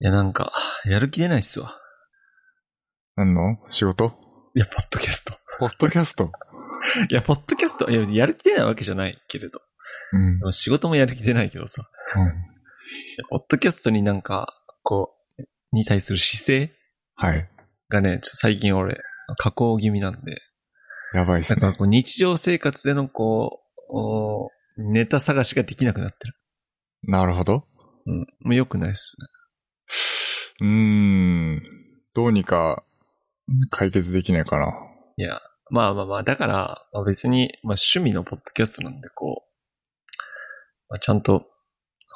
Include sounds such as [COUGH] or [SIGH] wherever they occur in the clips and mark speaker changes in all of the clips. Speaker 1: いや、なんか、やる気出ないっすわ。
Speaker 2: 何の仕事
Speaker 1: いや、ポッドキャスト。
Speaker 2: ポッドキャスト。
Speaker 1: いや、ポッドキャスト、いや、やる気出ないわけじゃないけれど。
Speaker 2: うん。うん
Speaker 1: でも仕事もやる気出ないけどさ。いやポッドキャストになんか、こう、に対する姿勢
Speaker 2: はい。
Speaker 1: がね、ちょっと最近俺、加工気味なんで。
Speaker 2: やばいっす
Speaker 1: だから
Speaker 2: ね。
Speaker 1: こう、日常生活でのこう、おネタ探しができなくなってる。
Speaker 2: なるほど。
Speaker 1: うん。もう良くないっすね。
Speaker 2: うーん。どうにか解決できないかな。
Speaker 1: いや、まあまあまあ、だから、まあ、別に、まあ趣味のポッドキャストなんで、こう、まあ、ちゃんと、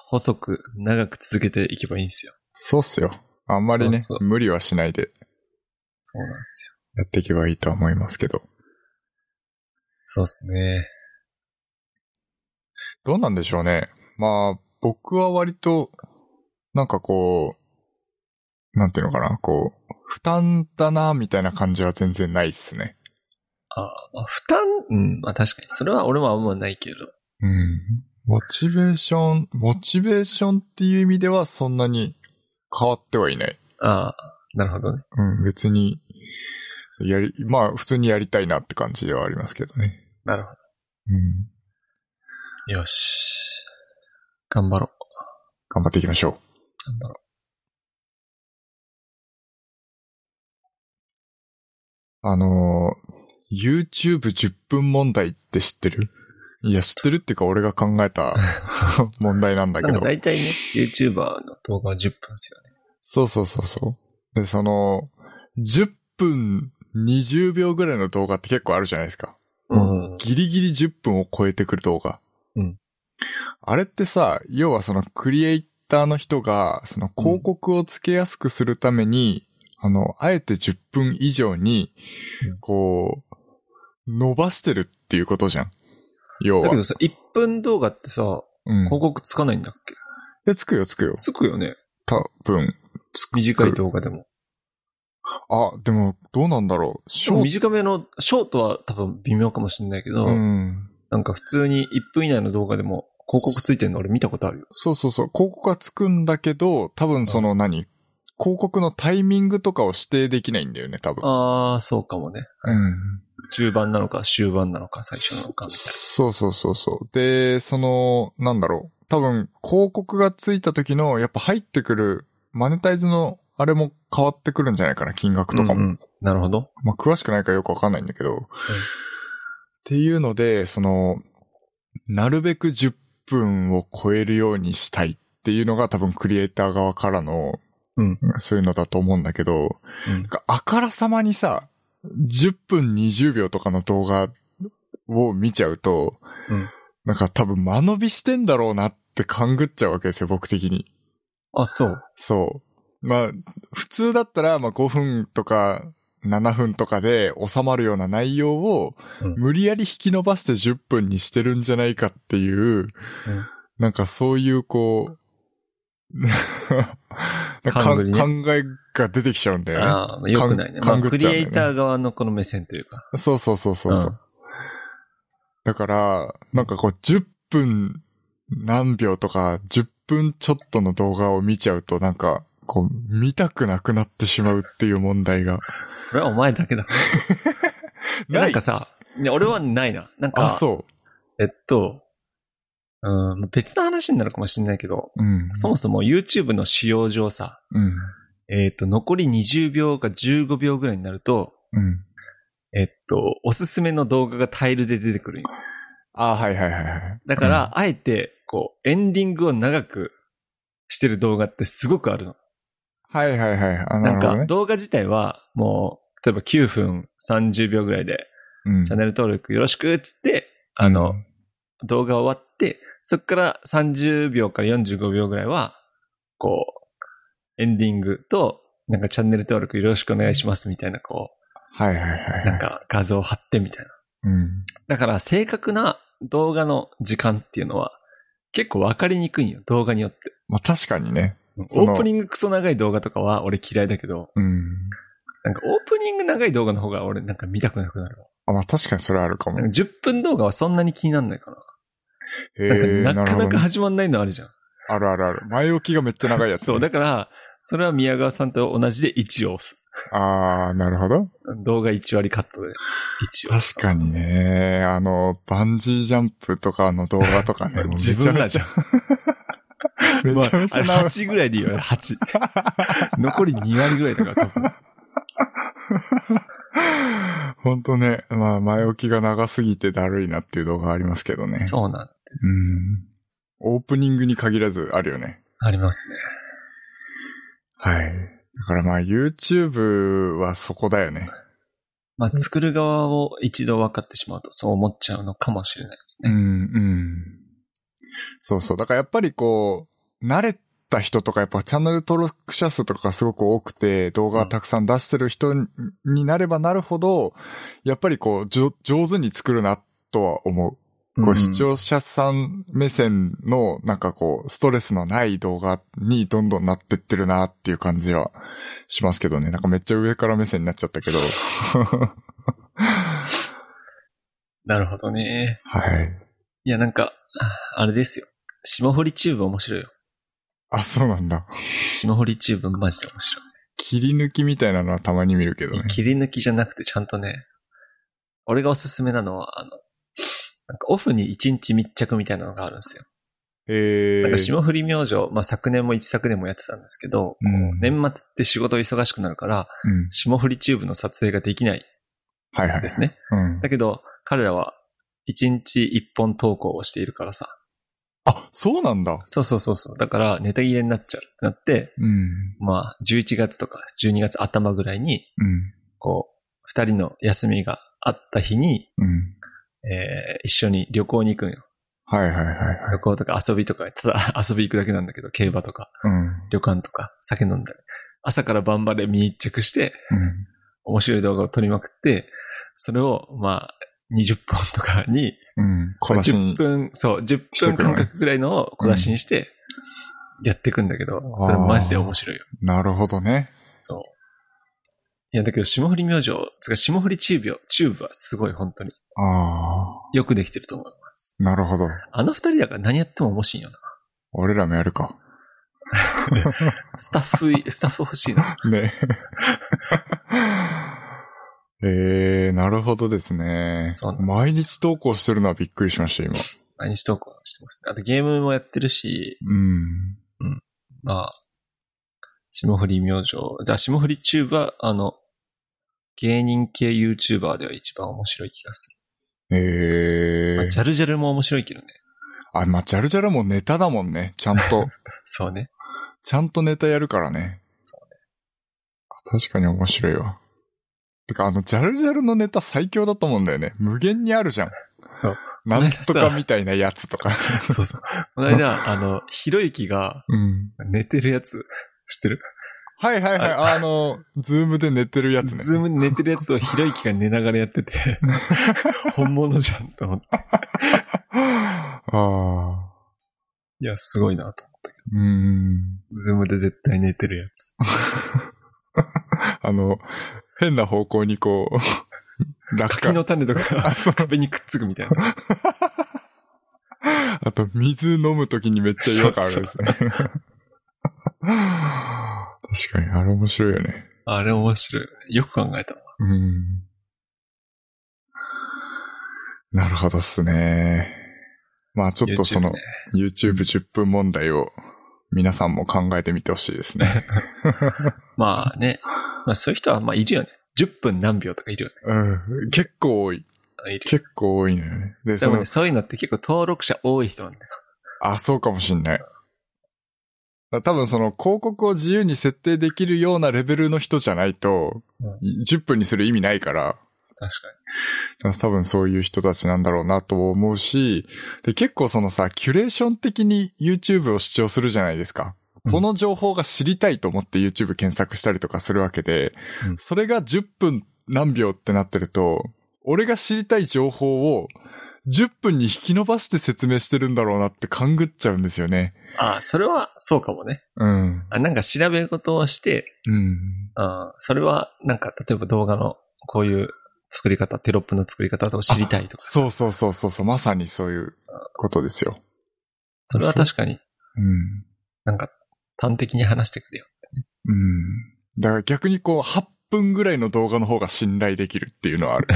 Speaker 1: 細く、長く続けていけばいいんですよ。
Speaker 2: そうっすよ。あんまりね、
Speaker 1: そうそ
Speaker 2: 無理はしないで
Speaker 1: そうなんですよ。
Speaker 2: やっていけばいいとは思いますけど。
Speaker 1: そうっすね。
Speaker 2: どうなんでしょうね。まあ、僕は割と、なんかこう、なんていうのかな、こう、負担だな、みたいな感じは全然ないっすね。
Speaker 1: まあ、負担、うん、まあ確かに。それは俺もあんまないけど。
Speaker 2: うん。モチベーション、モチベーションっていう意味ではそんなに変わってはいない。
Speaker 1: ああ、なるほどね。
Speaker 2: うん、別に、やり、まあ、普通にやりたいなって感じではありますけどね。
Speaker 1: なるほ
Speaker 2: うん。
Speaker 1: ど。よし。頑張ろう。
Speaker 2: 頑張っていきましょう。
Speaker 1: 頑張ろ
Speaker 2: あのー、YouTube10 分問題って知ってるいや、知ってるっていうか俺が考えた問題なんだ
Speaker 1: う。
Speaker 2: け
Speaker 1: なん
Speaker 2: ど
Speaker 1: [LAUGHS] か。大体ね、YouTuber の動画は10分ですよね。
Speaker 2: そうそうそうそう。で、その、10分20秒ぐらいの動画って結構あるじゃないですか。
Speaker 1: うん。
Speaker 2: ギリギリ10分を超えてくる動画。
Speaker 1: うん
Speaker 2: あれってさ、要はそのクリエイターの人が、その広告をつけやすくするために、あの、あえて10分以上に
Speaker 1: うん、
Speaker 2: こう、伸ばしてるっていうことじゃん。要
Speaker 1: だ
Speaker 2: は
Speaker 1: け。どさ、1分動画ってさ、
Speaker 2: うん。
Speaker 1: 広告つかないんだっけ
Speaker 2: えつくよ、つくよ。
Speaker 1: つくよね。
Speaker 2: 多分。つく
Speaker 1: 短い動画でも。
Speaker 2: あ、でも、どうなんだろう。シ
Speaker 1: でも
Speaker 2: ョー
Speaker 1: 短めの、ショートは多分微妙かもしれないけ
Speaker 2: ト
Speaker 1: ど、
Speaker 2: うん。
Speaker 1: なんか普通に1分以内の動画でも広告ついてるの俺見たことあるよ。
Speaker 2: そうそうそう。広告がつくんだけど、多分その何、広告のタイミングとかを指定できないんだよね、多分。
Speaker 1: あー、そうかもね。
Speaker 2: うん。
Speaker 1: 中盤なのか終盤なのか最初なのかみたい
Speaker 2: そうそうそうそう。で、その、なんだろう。多分、広告がついた時の、やっぱ入ってくる、マネタイズの、あれも変わってくるんじゃないかな、金額と
Speaker 1: な。
Speaker 2: かも。
Speaker 1: うんうんなるほど。
Speaker 2: まあ、詳しくないからよくわかんないんだけど。っていうので、その、なるべく10分を超えるようにしたいっていうのが多分クリエイター側からの、
Speaker 1: うん
Speaker 2: そういうのだと思うんだけど、
Speaker 1: うん
Speaker 2: なんかあからさまにさ、10分20秒とかの動画を見ちゃうと、
Speaker 1: うん
Speaker 2: なんか多分間延びしてんだろうなって勘ぐっちゃうわけですよ、僕的に。
Speaker 1: あ、そう。
Speaker 2: そう。まあ、普通だったら、まあ5分とか7分とかで収まるような内容を、
Speaker 1: うん
Speaker 2: 無理やり引き伸ばして10分にしてるんじゃないかっていう、なんかそうい
Speaker 1: [LAUGHS]
Speaker 2: うこう、なんか
Speaker 1: 勘ぐりね
Speaker 2: 考えが出てきちゃうんだよね。
Speaker 1: ああ、よくないね。ま
Speaker 2: 勘
Speaker 1: あ、
Speaker 2: ぐ
Speaker 1: ク
Speaker 2: っち
Speaker 1: リ
Speaker 2: ゃうんだよ
Speaker 1: エ
Speaker 2: ね
Speaker 1: イター側のこの目線というか。
Speaker 2: そうそうそうそうそう。
Speaker 1: うん
Speaker 2: だから、なんかこう10分何秒とか10分ちょっとの動画を見ちゃうとなんかこう見たくなくなってしまうっていう問題が。
Speaker 1: それはお前だ
Speaker 2: [LAUGHS]
Speaker 1: けだ。なんかさ、いや、俺はないな。なんか、
Speaker 2: あ、そ
Speaker 1: えっと、うん、別の話になるかもしれないけど、
Speaker 2: う。うん。
Speaker 1: そもそも YouTube の使用上さ、
Speaker 2: うん。
Speaker 1: えっ、と、残り20秒か15秒ぐらいになると、
Speaker 2: うん。
Speaker 1: えっと、おすすめの動画がタイルで出てくるんよ。
Speaker 2: あ、はいはいはいはい。
Speaker 1: だから、、あえて、こう、エンディングを長くしてる動画ってすごくあるの。
Speaker 2: うんはいはいはい。あ、
Speaker 1: な
Speaker 2: な
Speaker 1: ん
Speaker 2: るほど
Speaker 1: か、
Speaker 2: ね。
Speaker 1: 動画自体は、もう、例えば9分30秒ぐらいで、
Speaker 2: うん
Speaker 1: チャンネル登録よろしくっつって、あの、、動画終わって、そっから30秒から45秒ぐらいは、こう、エンディングと、なんかチャンネル登録よろしくお願いしますみたいな、こ
Speaker 2: はいはいはいは
Speaker 1: う、
Speaker 2: い。
Speaker 1: なんか画像を貼ってみたいな。
Speaker 2: うん。
Speaker 1: だから正確な動画の時間っていうのは結構わかりにくいんよ、動画によって。
Speaker 2: まあ確かにね。そ
Speaker 1: オ
Speaker 2: の
Speaker 1: ープニングクソ長い動画とかは俺嫌いだけど、
Speaker 2: うん。
Speaker 1: なんかオープニング長い動画の方が俺なんか見たくなくなるわ。
Speaker 2: あ、まあ確かにそれはあるかも。
Speaker 1: なんか10分動画はそんなに気になんないか
Speaker 2: へ
Speaker 1: な。
Speaker 2: え、
Speaker 1: な
Speaker 2: なん
Speaker 1: か
Speaker 2: る
Speaker 1: なかな
Speaker 2: ほど
Speaker 1: か
Speaker 2: ね。
Speaker 1: 始まんないのあるじゃん。
Speaker 2: あるあるある。前置きがめっちゃ長いやつ
Speaker 1: [LAUGHS]
Speaker 2: ね。
Speaker 1: そう、だから、それは宮川さんと同じで1を押す。
Speaker 2: あー、なるほど。
Speaker 1: 動画1割カットで1を押す。
Speaker 2: 確かにね、あの、バンジージャンプとかの動画
Speaker 1: [LAUGHS]
Speaker 2: とかね、もうめち
Speaker 1: 自
Speaker 2: ゃ
Speaker 1: 分ら
Speaker 2: め
Speaker 1: じ
Speaker 2: ち
Speaker 1: ゃん
Speaker 2: ゃ、。めちゃめちゃ
Speaker 1: まああれ
Speaker 2: [LAUGHS] な、
Speaker 1: 8ぐらいでいいよね、8。残り2割ぐらいだから、多分。
Speaker 2: ほんとね、まあ前置きが長すぎてだるいなっていう動画ありますけどね。
Speaker 1: そうなんで
Speaker 2: う
Speaker 1: す。
Speaker 2: ん。オープニングに限らずあるよね。
Speaker 1: ありますね。
Speaker 2: はい。だからまあ YouTube はそこだよね。
Speaker 1: まあ、作る側を一度分かってしまうと、そう思っちゃうのかもしれないです
Speaker 2: うん、
Speaker 1: ね。
Speaker 2: うん。そうそう。だからやっぱりこう、慣れた人とかやっぱチャンネル登録者数とかがすごく多くて動画たくさん出してる人にになればなるほど、やっぱりこう、じょ上手に作るなとは思う。こう視聴者さん目線のなんかこうストレスのない動画にどんどんなってってるなっていう感じはしますけどね。なんかめっちゃ上から目線になっちゃっ
Speaker 1: [LAUGHS]
Speaker 2: たけど。
Speaker 1: なるほどね。
Speaker 2: はい。
Speaker 1: いや、なんか、あれですよ。霜降りチューブ面白いよ。
Speaker 2: あ、そうなんだ。
Speaker 1: 霜降りチューブマジで面白
Speaker 2: 切り抜きみたいなのはたまに見るけどね
Speaker 1: い。。切り抜きじゃなくてちゃんとね、俺がおすすめなのは、あの、なんかオフに1日密着みたいなのがあるんですよ。
Speaker 2: え
Speaker 1: なんか
Speaker 2: ー。
Speaker 1: 霜降り明星、まあ昨年も一昨年もやってたんですけど、
Speaker 2: うん
Speaker 1: 年末って仕事忙しくなるから、
Speaker 2: うん。
Speaker 1: 霜降りチューブの撮影ができない
Speaker 2: はいはい。
Speaker 1: んですね。
Speaker 2: うん
Speaker 1: だ。けど、彼らは1日1本投稿をしているからさ。
Speaker 2: あ、そうなんだ。
Speaker 1: そうそうそうそう。だからネタ切れになっちゃうってなって、
Speaker 2: うん。
Speaker 1: まあ11月とか12月頭ぐらいに、
Speaker 2: うん。
Speaker 1: こう、二人の休みがあった日に、
Speaker 2: うん。
Speaker 1: えー一緒に旅行に行くんよ。
Speaker 2: はいはいはいはい。
Speaker 1: 旅行とか遊びとか、た [LAUGHS] だ遊び行くだけなんだけど、競馬とか、
Speaker 2: うん。
Speaker 1: 旅館とか、酒飲んだり。朝から晩まで密着して、
Speaker 2: うん。
Speaker 1: 面白い動画を撮りまくって、それを、まあ、20本とかに、
Speaker 2: うん。小出し
Speaker 1: 10
Speaker 2: に。
Speaker 1: 分、そう、10分間隔ぐらいのを小出しにして、やっていくんだけど、それマジで面白いよ。
Speaker 2: なるほどね。
Speaker 1: そう。いや、だけど、霜降り明星、つうか霜降りチューブよ、チューブはすごい、本当に。
Speaker 2: あ
Speaker 1: よくできてると思います。
Speaker 2: ー。なるほど。
Speaker 1: あの二人だから何やっても面白いよな。
Speaker 2: 俺らもやるか。
Speaker 1: スタ [LAUGHS] ッフ、スタッフ欲しいな。
Speaker 2: ね。 [LAUGHS] えー、なるほどですね。
Speaker 1: そうなんです
Speaker 2: 毎日投稿してるのはびっくりしました、今。
Speaker 1: 毎日投稿してますね。あとゲームもやってるし、
Speaker 2: うん。
Speaker 1: まあ、霜降り明星。だ霜降りチューブは、あの、芸人系 YouTuber では一番面白い気がす
Speaker 2: え
Speaker 1: る。まあ
Speaker 2: ー
Speaker 1: ジ。ャルジャルも面白いけどね。
Speaker 2: あ、まあ、ジャルジャルもネタだもんね。ちゃ
Speaker 1: [LAUGHS]
Speaker 2: んと、
Speaker 1: そうね。
Speaker 2: ちゃんとネタやるからね。
Speaker 1: そう
Speaker 2: ね。確かに面白いわ。てか、あの、ジャルジャルのネタ最強だと思うんだよね。無限にあるじゃん。
Speaker 1: そう。
Speaker 2: なんとかみたいなやつ
Speaker 1: [LAUGHS]
Speaker 2: とか。
Speaker 1: そうそう。この [LAUGHS] 間、あの、ひろゆきが
Speaker 2: うん。
Speaker 1: 寝てるやつ、知ってる
Speaker 2: はいはいはい。
Speaker 1: あ
Speaker 2: あの、ズームで寝てるやつね。
Speaker 1: ズームで寝てるやつをひろゆきが寝ながらやって [LAUGHS] て、本物じゃんと思って。
Speaker 2: ああ。
Speaker 1: いや、すごいなと思ったけ
Speaker 2: うーん。
Speaker 1: ど。ズームで絶対寝てるやつ。
Speaker 2: あの、変な方向にこう、落
Speaker 1: 柿
Speaker 2: 下。
Speaker 1: の種とか壁にくっつくみたいな。
Speaker 2: あと、水飲むときにめっちゃ違和感あるんですね。確かに、あれ面白いよね。
Speaker 1: あれ面白いよね。よく考えたわ。
Speaker 2: うん。なるほどっすね。まあちょっとその
Speaker 1: YouTube ね
Speaker 2: YouTube10 分問題を皆さんも考えてみてほしいですね。
Speaker 1: まあね。まあそういう人はまあいるよね。10分何秒とかいるよね
Speaker 2: うん。結構多い。
Speaker 1: あ。いる。
Speaker 2: 結構多いのよね。で、
Speaker 1: で
Speaker 2: そ
Speaker 1: も
Speaker 2: の
Speaker 1: ね、、そういうのって結構登録者多い人なんだよ。
Speaker 2: あ、そうかもしんない。だ多分その広告を自由に設定できるようなレベルの人じゃないと、
Speaker 1: うん
Speaker 2: 10分にする意味ないから、
Speaker 1: 確
Speaker 2: だ多分そういう人たちなんだろうなと思うし、で結構そのさ、キュレーション的に YouTube を主張するじゃないですか。
Speaker 1: うん
Speaker 2: この情報が知りたいと思って YouTube 検索したりとかするわけで、
Speaker 1: うん
Speaker 2: それが10分何秒ってなってると、俺が知りたい情報を10分に引き伸ばして説明してるんだろうなって勘ぐっちゃうんですよね。
Speaker 1: かに。ああ、それはそうかもね。
Speaker 2: うん。
Speaker 1: あなんか調べ事をして、
Speaker 2: うん。
Speaker 1: あそれはなんか例えば動画のこういう作り方、テロップの作り方を知りたいとか。
Speaker 2: そうそうそうそうそう、まさにそういうことですよ。
Speaker 1: それは確かに
Speaker 2: うん。 [LAUGHS]
Speaker 1: なんか端的に話してくれよ。
Speaker 2: うん。だから逆にこう、8分ぐらいの動画の方が信頼できるっていうのはあ [LAUGHS] る。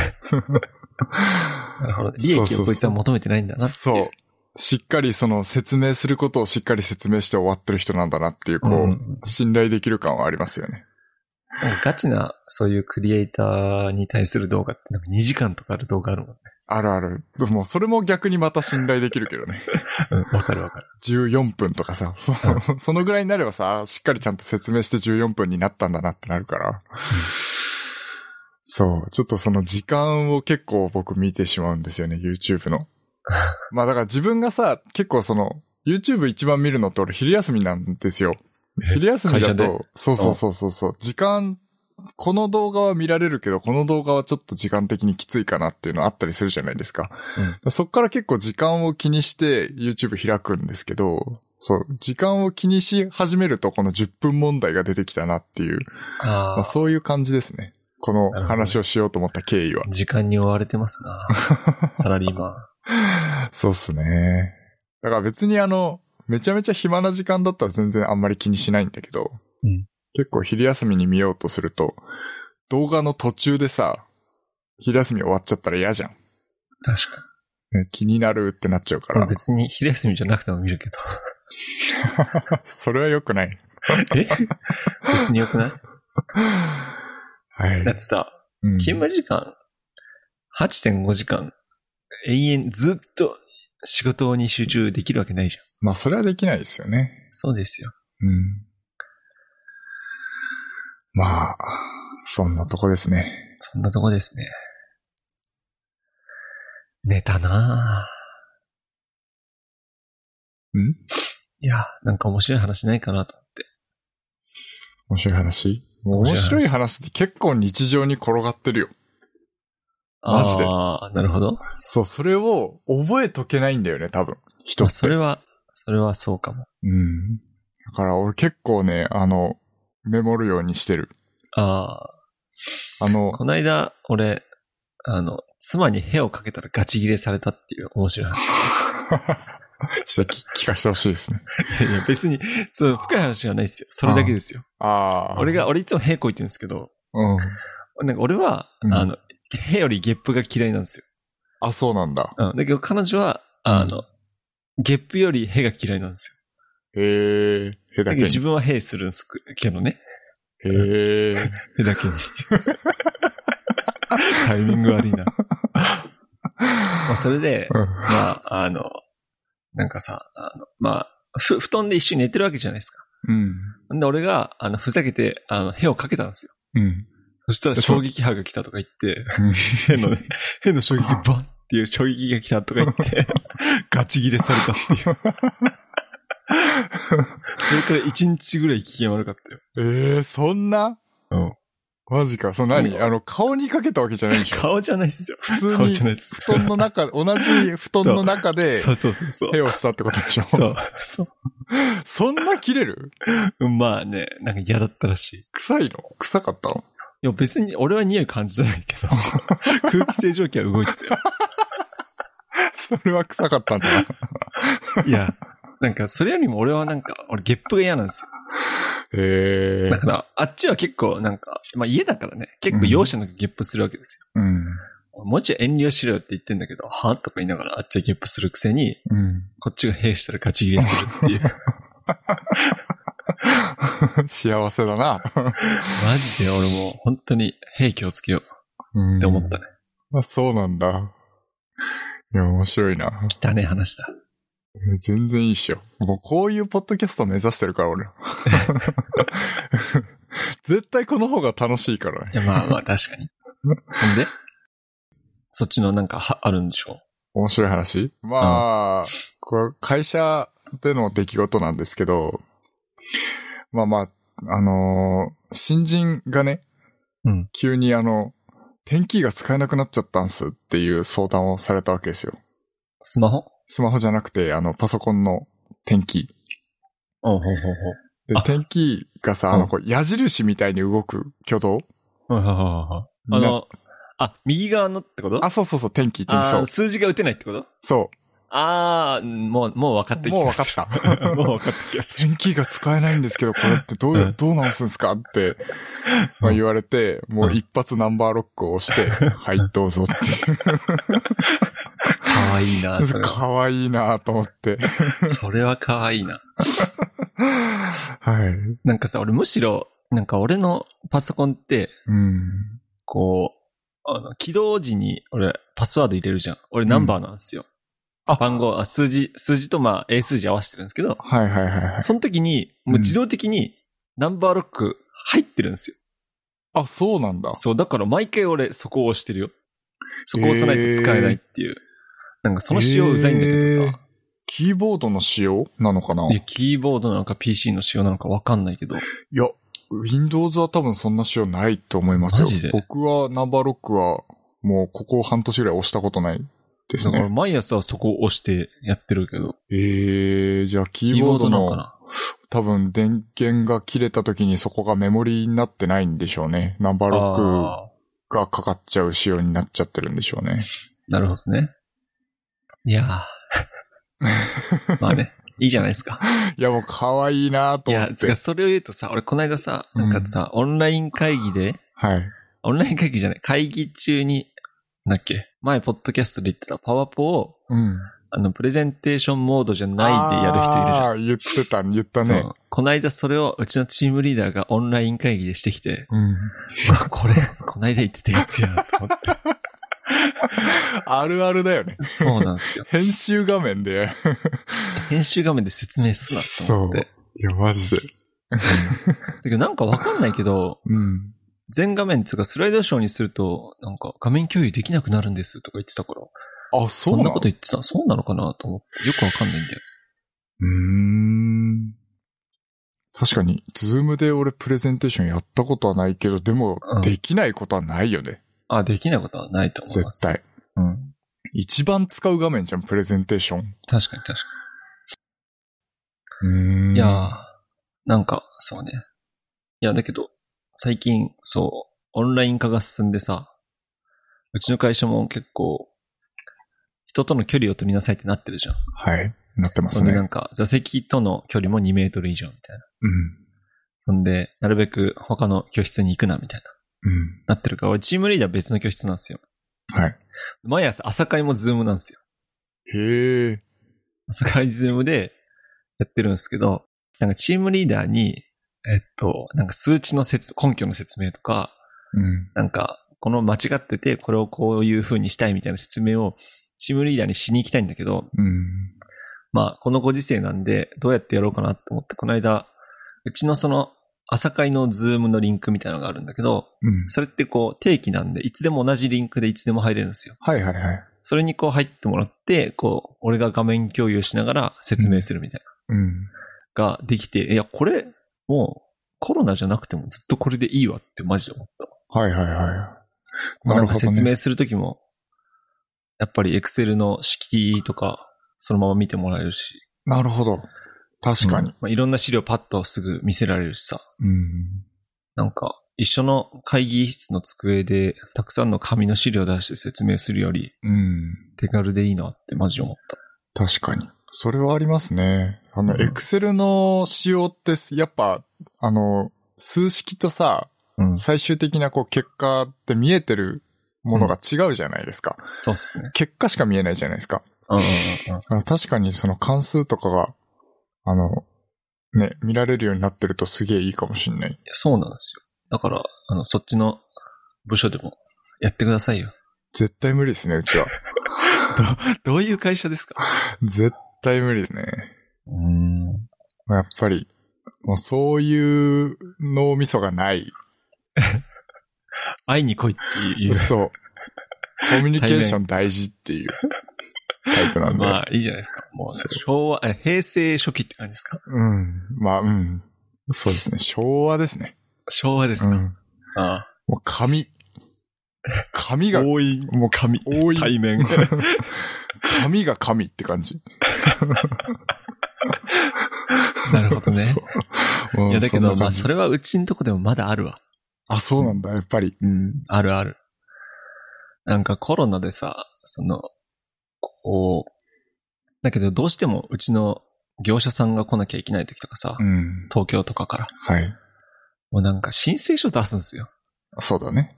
Speaker 1: なるほど。利益
Speaker 2: そ
Speaker 1: を
Speaker 2: うそうそう
Speaker 1: こいつは求めてないんだなってい
Speaker 2: そう。しっかりその説明することをしっかり説明して終わってる人なんだなっていう、こう、
Speaker 1: うん
Speaker 2: 信頼できる感はありますよね。
Speaker 1: ガチな、そういうクリエイターに対する動画って、なんか2時間とかある動画あるもんね。
Speaker 2: あるある。でもそれも逆にまた信頼できるけどね。
Speaker 1: うん、わかるわかる。
Speaker 2: 14分とかさ、 [LAUGHS] そそのぐらいになればさ、しっかりちゃんと説明して14分になったんだなってなるから。そう。ちょっとその時間を結構僕見てしまうんですよね、
Speaker 1: [LAUGHS]
Speaker 2: YouTube の。まあだから自分がさ、結構その、YouTube 一番見るのって俺昼休みなんですよ。昼休み
Speaker 1: 会
Speaker 2: だ
Speaker 1: 社で
Speaker 2: と、そうそうそうそうそう、時間、この動画は見られるけど、この動画はちょっと時間的にきついかなっていうのあったりするじゃないですか。そっから結構時間を気にして YouTube 開くんですけど、そう、時間を気にし始めるとこの10分問題が出てきたなっていう、
Speaker 1: あ
Speaker 2: まあ、
Speaker 1: あ、
Speaker 2: そういう感じですね。この話をしようと思った経緯は。
Speaker 1: 時間に追われてます
Speaker 2: [LAUGHS]
Speaker 1: な。サラリーマン。
Speaker 2: そうっすね。だから別にあの、めちゃめちゃ暇な時間だったら全然あんまり気にしないんだけど、
Speaker 1: うん
Speaker 2: 結構昼休みに見ようとすると、動画の途中でさ、昼休み終わっちゃったら嫌じゃん。
Speaker 1: 確か
Speaker 2: ね気になるってなっちゃうか
Speaker 1: に。まあ
Speaker 2: ら。
Speaker 1: 別に昼休みじゃなくても見るけ
Speaker 2: [LAUGHS] それは良くない。
Speaker 1: ど。え [LAUGHS] 別によくない
Speaker 2: はい。
Speaker 1: だってさ、
Speaker 2: うん
Speaker 1: 勤務時間、8.5時間、永遠ずっと仕事に集中できるわけないじゃん。
Speaker 2: まあ、それはできないですよね。
Speaker 1: そうですよ。
Speaker 2: うん。まあ、そんなとこですね。
Speaker 1: そんなとこですね。寝たなぁ。
Speaker 2: ん
Speaker 1: いや、なんか面白い話ないかなと思って。
Speaker 2: 面白い話面
Speaker 1: 面
Speaker 2: 白
Speaker 1: 白い話
Speaker 2: い話って結構日常に転がってるよ。マジで
Speaker 1: ああ、なるほど。
Speaker 2: そう、それを覚えとけないんだよね、多分。人
Speaker 1: まあ、
Speaker 2: っ
Speaker 1: そ
Speaker 2: て。
Speaker 1: れは、それはそうかも。
Speaker 2: うん。だから俺結構ね、あの、メモるようにしてる。
Speaker 1: あ
Speaker 2: あの
Speaker 1: あ、、この間、俺、あの、妻にヘをかけたらガチギレされたっていう面白い話。
Speaker 2: [LAUGHS] ちょっと聞聞かせてほしいですね。
Speaker 1: い
Speaker 2: [LAUGHS]
Speaker 1: やいや、別に、そう、深い話じゃないですよ。それだけですよ。
Speaker 2: ああ。
Speaker 1: 俺が、、俺いつもヘこいてるんですけど、
Speaker 2: うん。
Speaker 1: なんか俺は、
Speaker 2: うん
Speaker 1: あの、ヘよりゲップが嫌いなんですよ。
Speaker 2: あ、そうなんだ。
Speaker 1: うん。だけど彼女は、あの、ゲップよりヘが嫌いなんです
Speaker 2: へえ、へ
Speaker 1: よ。だけ
Speaker 2: だけ
Speaker 1: ど
Speaker 2: に
Speaker 1: 自。分はヘするんですけどね。
Speaker 2: へえ。
Speaker 1: ヘだけに。タイミング悪いな。まあ、それで、
Speaker 2: うん
Speaker 1: まあ、あの、なんかさ、あの、まあ、ふ、布団で一緒に寝てるわけじゃないですか。
Speaker 2: うん。
Speaker 1: んで、俺が、あの、ふざけて、あの、ヘをかけたんですよ。
Speaker 2: うん。
Speaker 1: そしたら衝撃波が来たとか言って、ヘのね、ヘの衝撃、バンっていう衝撃が来たとか言って、ガチ切れされたっていう。それから一日ぐらい機嫌悪かったよ。
Speaker 2: ええそんな
Speaker 1: うん。
Speaker 2: マジか。その何、
Speaker 1: うん
Speaker 2: あの、顔にかけたわけじゃないでしょ
Speaker 1: 顔じゃないっすよ。
Speaker 2: 普通
Speaker 1: 顔じゃな
Speaker 2: に、
Speaker 1: いっす。
Speaker 2: 布団の中、同じ布団の中で、
Speaker 1: そうそうそうそう。
Speaker 2: 手をしたってことでしょ
Speaker 1: そう。そ
Speaker 2: そんな切れる
Speaker 1: う。まあね、なんか嫌だったらしい。い
Speaker 2: 臭いの臭かったの
Speaker 1: や別に俺は匂い感じてないけど、空気清浄機は動いてたよ。
Speaker 2: [LAUGHS] それは臭かったん [LAUGHS] だな。
Speaker 1: いや、なんかそれよりも俺はなんか、俺ゲップが嫌なんです
Speaker 2: ええ
Speaker 1: よ。だから、あっちは結構なんか、まあ家だからね、結構容赦なくゲップするわけですよ。
Speaker 2: うん。
Speaker 1: もうちょい遠慮しろよって言ってんだけど、はとか言いながらあっちはゲップするくせに、
Speaker 2: う
Speaker 1: こっちが兵したら勝ち切れするって [LAUGHS] いう。
Speaker 2: ん。幸せだな。
Speaker 1: マジで俺もう本当に兵器をつけよう
Speaker 2: [LAUGHS] うん
Speaker 1: って思ったね。
Speaker 2: あ、そうなんだ。いや、面白いな。
Speaker 1: 汚ねえ話だ。
Speaker 2: 全然いいっしょ。もうこういうポッドキャスト目指してる [LAUGHS] から、俺。絶対この方が楽しいからね
Speaker 1: い。やまあまあ確かに。 [LAUGHS] そんでそっちのなんかはあるんでしょ
Speaker 2: 面白い話まあ、これ会社での出来事なんですけど、まあまあ、あのー新人がね、
Speaker 1: うん
Speaker 2: 急にあの、天気が使えなくなっちゃったんすっていう相談をされたわけですよ。
Speaker 1: スマホ
Speaker 2: スマホじゃなくて、あの、パソコンの天気。
Speaker 1: おうほうほう
Speaker 2: で
Speaker 1: あ、
Speaker 2: 天気がさ、
Speaker 1: うん
Speaker 2: あの、こう、矢印みたいに動く挙動
Speaker 1: ほう。はいはいはいはいあ
Speaker 2: にな
Speaker 1: の、あ、右側のってこと
Speaker 2: あ、そうそうそう、天気、天気、そ
Speaker 1: あ
Speaker 2: う
Speaker 1: ー。数字が打てないってこと
Speaker 2: そ
Speaker 1: ああ、もう、もう分かってき
Speaker 2: もう
Speaker 1: ま
Speaker 2: 分かっ
Speaker 1: す。
Speaker 2: た。
Speaker 1: た。 [LAUGHS] もう分かってきます。
Speaker 2: 電気が使えないんですけど、これってどうや、
Speaker 1: うん
Speaker 2: どう直すんですかって、まあ、言われて、もう一発ナンバーロックを押して、
Speaker 1: [LAUGHS]
Speaker 2: はい、どうぞっていう。
Speaker 1: かわいいな、それは。
Speaker 2: かわいいなと思って。
Speaker 1: それはかわいいな。
Speaker 2: はい。
Speaker 1: なんかさ、俺むしろ、なんか俺のパソコンって、
Speaker 2: うん。
Speaker 1: こう、あの、起動時に俺パスワード入れるじゃん。俺ナンバーなんですよ。
Speaker 2: あ
Speaker 1: 番号あ、数字、数字とまあ、英数字合わせてるんですけど、
Speaker 2: はいはいはいはい。
Speaker 1: その時に、もう自動的にナンバーロック入ってるんですよ。
Speaker 2: あ、そうなんだ。
Speaker 1: そう、だから毎回俺そこを押してるよ。そこを押さないと使えないっていう。なんかその仕様うざいんだけどさ。
Speaker 2: キーボードの仕様なのかない
Speaker 1: や、キーボードなのか PC の仕様なのかわかんないけど。
Speaker 2: いや、Windows は多分そんな仕様ないと思います
Speaker 1: マジで
Speaker 2: よ。僕はナンバーロックはもうここ半年ぐらい押したことないです
Speaker 1: だから
Speaker 2: ね。
Speaker 1: 毎朝そこを押してやってるけど。
Speaker 2: えー、じゃあキ
Speaker 1: キー
Speaker 2: ーボ
Speaker 1: ボ
Speaker 2: ー
Speaker 1: ー
Speaker 2: ド
Speaker 1: ドなの
Speaker 2: の
Speaker 1: かな
Speaker 2: 多分電源が切れた時にそこがメモリになってないんでしょうね。ナンバーロッ
Speaker 1: あ
Speaker 2: クがかかっちゃう仕様になっちゃってるんでしょうね。
Speaker 1: ーなるほどね。いや
Speaker 2: [LAUGHS]
Speaker 1: ーまあね、いいじゃないですか。
Speaker 2: いやもう可愛いなと
Speaker 1: い
Speaker 2: 思
Speaker 1: や、
Speaker 2: って
Speaker 1: つ。かそれを言うとさ、俺この間さ、なんかさ、オンライン会議で、
Speaker 2: はい。
Speaker 1: オンライン会議じゃない、会議中に、なんだっけ、前ポッドキャストで言ってたパワポを、
Speaker 2: うん。
Speaker 1: あの、プレゼンテーションモードじゃないでやる人いるじゃん。
Speaker 2: あー言ってた、言ったね
Speaker 1: そ。う。この間それをうちのチームリーダーがオンライン会議でしてきて、
Speaker 2: うん。
Speaker 1: うわこれ、この間言ってたやつやなと思って。
Speaker 2: あるあるだよ [LAUGHS] ね。
Speaker 1: そうなんですよ。
Speaker 2: 編集画面で。
Speaker 1: 編集画面で説明すなと思って。
Speaker 2: いや、マジで。
Speaker 1: だけどなんかわかんないけど、
Speaker 2: うん。
Speaker 1: 全画面つうかスライドショーにすると、なんか画面共有できなくなるんですとか言ってたから、
Speaker 2: あ、
Speaker 1: そ
Speaker 2: そうんな
Speaker 1: な
Speaker 2: の
Speaker 1: こと言ってた、そうなのかなと思って、よくわかんないんだよ。
Speaker 2: うーん。確かに、ズームで俺プレゼンテーションやったことはないけど、でも
Speaker 1: うん、
Speaker 2: できないことはないよね。
Speaker 1: あ、できないことはないと思います。
Speaker 2: 絶。対。
Speaker 1: うん。
Speaker 2: 一番使う画面じゃん、プレゼンテーション。
Speaker 1: 確かに確か
Speaker 2: うーん
Speaker 1: に。いやー、なんか、そうね。いや、だけど、最近、そう、オンライン化が進んでさ、うちの会社も結構、人との距離を取りなさいってなってるじゃん。
Speaker 2: はい。なってま
Speaker 1: そ
Speaker 2: す
Speaker 1: んで
Speaker 2: ね。
Speaker 1: なんか、座席との距離も2メートル以上みたいな。
Speaker 2: うん。
Speaker 1: そんで、なるべく他の教室に行くなみたい
Speaker 2: うん。
Speaker 1: な。なってるから、俺チームリーダー別の教室なんですよ。
Speaker 2: はい。
Speaker 1: 毎朝朝会もズームなんですよ。
Speaker 2: へえ。
Speaker 1: 朝会ズームでやってるんですけど、なんかチームリーダーに、えっと、なんか数値の説、根拠の説明とか、
Speaker 2: うん。
Speaker 1: なんか、この間違ってて、これをこういう風にしたいみたいな説明を、チームリーダーにしに行きたいんだけど、
Speaker 2: うん。
Speaker 1: まあ、このご時世なんで、どうやってやろうかなと思って、この間、うちのその、朝会のズームのリンクみたいなのがあるんだけど、
Speaker 2: うん。
Speaker 1: それってこう、定期なんで、いつでも同じリンクでいつでも入れるんですよ。
Speaker 2: はいはいはい。
Speaker 1: それにこう入ってもらって、こう、俺が画面共有しながら説明するみたい
Speaker 2: うん。
Speaker 1: な、ができて、いや、これ、もう、コロナじゃなくてもずっとこれでいいわってマジで思った。
Speaker 2: はいはいはい。
Speaker 1: まあ
Speaker 2: な
Speaker 1: なん
Speaker 2: る
Speaker 1: か
Speaker 2: ほど
Speaker 1: 説
Speaker 2: ね。
Speaker 1: 明するときも、やっぱり Excel の式とか、そのまま見てもらえるし。
Speaker 2: なるほど。確か
Speaker 1: う
Speaker 2: に
Speaker 1: ん。まあ、いろんな資料パッとすぐ見せられるしさ。
Speaker 2: うん。
Speaker 1: なんか、一緒の会議室の机で、たくさんの紙の資料出して説明するより、
Speaker 2: うん。
Speaker 1: 手軽でいいなってマジ思った。
Speaker 2: 確かに。それはありますね。あの、
Speaker 1: うん
Speaker 2: エクセルの仕様って、やっぱ、あの、数式とさ、
Speaker 1: うん。
Speaker 2: 最終的なこう結果って見えてるものが違うじゃないですか。
Speaker 1: そうっすね。
Speaker 2: 結果しか見えないじゃないですか。
Speaker 1: うんうんうん
Speaker 2: あの確かにその関数とかが、あの、ね、見られるようになってるとすげえいいかもしんない。
Speaker 1: そうなんですよ。だから、あの、そっちの部署でもやってくださいよ。
Speaker 2: 絶対無理ですね、うちは。
Speaker 1: [LAUGHS]
Speaker 2: [LAUGHS]
Speaker 1: どういう会社ですか
Speaker 2: 絶対無理ですね。
Speaker 1: うーん。
Speaker 2: まあやっぱり、もうそういう脳みそがない
Speaker 1: 会いに来いっていう。
Speaker 2: そう。コミュニケーション大事っていうタイプなんで。
Speaker 1: まあ、いいじゃないですか。もうね、
Speaker 2: そう
Speaker 1: 昭和、え平成初期って感じですか
Speaker 2: うん。まあ、うん。そうですね。昭和ですね。
Speaker 1: 昭和です
Speaker 2: う
Speaker 1: か、
Speaker 2: ん。
Speaker 1: あ
Speaker 2: もう紙。紙が、
Speaker 1: 多い、
Speaker 2: もう
Speaker 1: 紙
Speaker 2: 多い [LAUGHS]
Speaker 1: 対面。
Speaker 2: 紙が紙って感じ。
Speaker 1: [LAUGHS] なるほ [LAUGHS] どね。 [LAUGHS]
Speaker 2: そう。うん
Speaker 1: いや、だけど、
Speaker 2: んな
Speaker 1: ま
Speaker 2: 感
Speaker 1: あ、
Speaker 2: じ
Speaker 1: それはうちんとこでもまだあるわ。
Speaker 2: あ、そうなんだ、やっぱり。
Speaker 1: うん。あるある。なんかコロナでさ、その、こだけどどうしてもうちの業者さんが来なきゃいけない時とかさ、
Speaker 2: うん。
Speaker 1: 東京とかから、
Speaker 2: はい。
Speaker 1: もうなんか申請書出すんですよ。
Speaker 2: そうだね。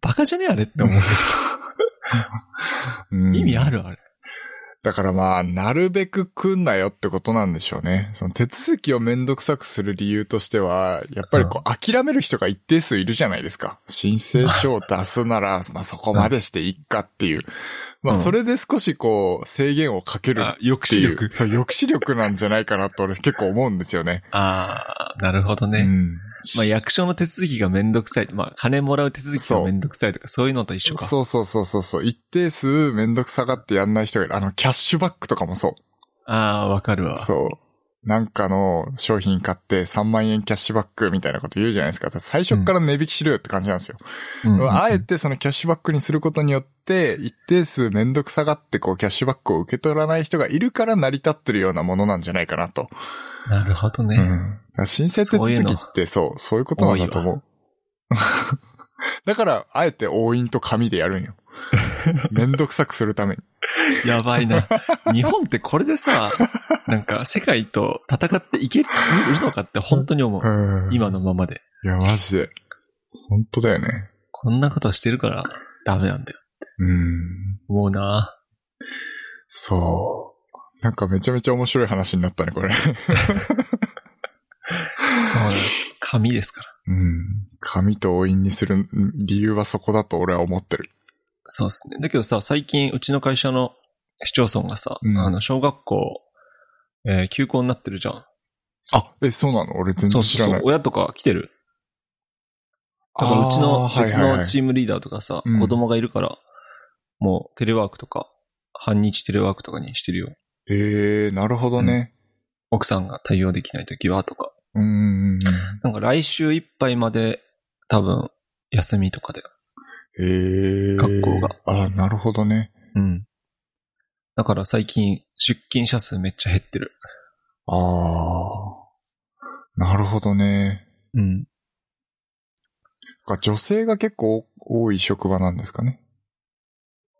Speaker 1: バカじゃねえあれって思う。
Speaker 2: うん
Speaker 1: 意味あるあれ。
Speaker 2: だからまあ、なるべく来んなよってことなんでしょうね。その手続きをめんどくさくする理由としては、やっぱりこう、諦める人が一定数いるじゃないですか。申請書を出すなら、まあそこまでしていっかっていう。まあ
Speaker 1: うん
Speaker 2: それで少しこう、制限をかける
Speaker 1: あ
Speaker 2: っ
Speaker 1: 抑
Speaker 2: て
Speaker 1: 止
Speaker 2: いう。
Speaker 1: 力。
Speaker 2: そう、抑止力なんじゃないかなと俺結構思うんですよね。
Speaker 1: ああ、なるほどね。
Speaker 2: うん。
Speaker 1: まあ役所の手続きがめんどくさい。まあ金もらう手続きがめんどくさいとかそういうのと一緒か。
Speaker 2: そうそうそうそうそう。一定数めんどくさがってやんない人がいる。あの、キャッシュバックとかもそう。
Speaker 1: ああ、わかるわ。
Speaker 2: そう。なんかの商品買って3万円キャッシュバックみたいなこと言うじゃないですか。最初から値引きしろよって感じなんですよ。
Speaker 1: うんうんうん
Speaker 2: あえてそのキャッシュバックにすることによって、一定数めんどくさがってこうキャッシュバックを受け取らない人がいるから成り立ってるようなものなんじゃないかなと。
Speaker 1: なるほどね。
Speaker 2: だから申請手続きってそう、そういうことなんだと思う。 [LAUGHS] だから、あえて押印と紙で
Speaker 1: [LAUGHS]
Speaker 2: やるんよ。めんどくさくするために。
Speaker 1: やば
Speaker 2: [LAUGHS]
Speaker 1: いな。日本ってこれでさ、なんか世界と戦っていけるのかって本当に思う。
Speaker 2: うん。
Speaker 1: 今のままで。
Speaker 2: いや、マジで。本当だよね。
Speaker 1: こんなことしてるからダメなんだよ。
Speaker 2: うん。
Speaker 1: 思うな。
Speaker 2: そう。なんかめちゃめちゃ面白い話になったね、これ。 [LAUGHS]
Speaker 1: そうなんですよ。紙ですから。
Speaker 2: うん。紙と押印にする理由はそこだと俺は思ってる。
Speaker 1: そうですね。だけどさ、最近うちの会社の市町村がさ、
Speaker 2: うん
Speaker 1: あの、小学校、えー休校になってるじゃん。
Speaker 2: あ、え、そうなの俺全
Speaker 1: そ
Speaker 2: 然
Speaker 1: う
Speaker 2: 知
Speaker 1: そう
Speaker 2: ら
Speaker 1: そ
Speaker 2: な
Speaker 1: う
Speaker 2: い。。
Speaker 1: 親とか来てる。だからうちの
Speaker 2: あー
Speaker 1: 別
Speaker 2: はいはいは
Speaker 1: の
Speaker 2: い
Speaker 1: チームリーダーとかさ、
Speaker 2: うん
Speaker 1: 子供がいるから、もうテレワークとか、半日テレワークとかにしてるよ。
Speaker 2: えー、なるほどね。
Speaker 1: 奥さんが対応できないときはとか。
Speaker 2: うん。うんうん
Speaker 1: なんか来週いっぱいまで多分休みとかで。
Speaker 2: えー。
Speaker 1: 学校が。
Speaker 2: あ、なるほどね。
Speaker 1: うん。だから最近出勤者数めっちゃ減ってる。
Speaker 2: あー。なるほどね。
Speaker 1: うん。
Speaker 2: か女性が結構多い職場なんですかね。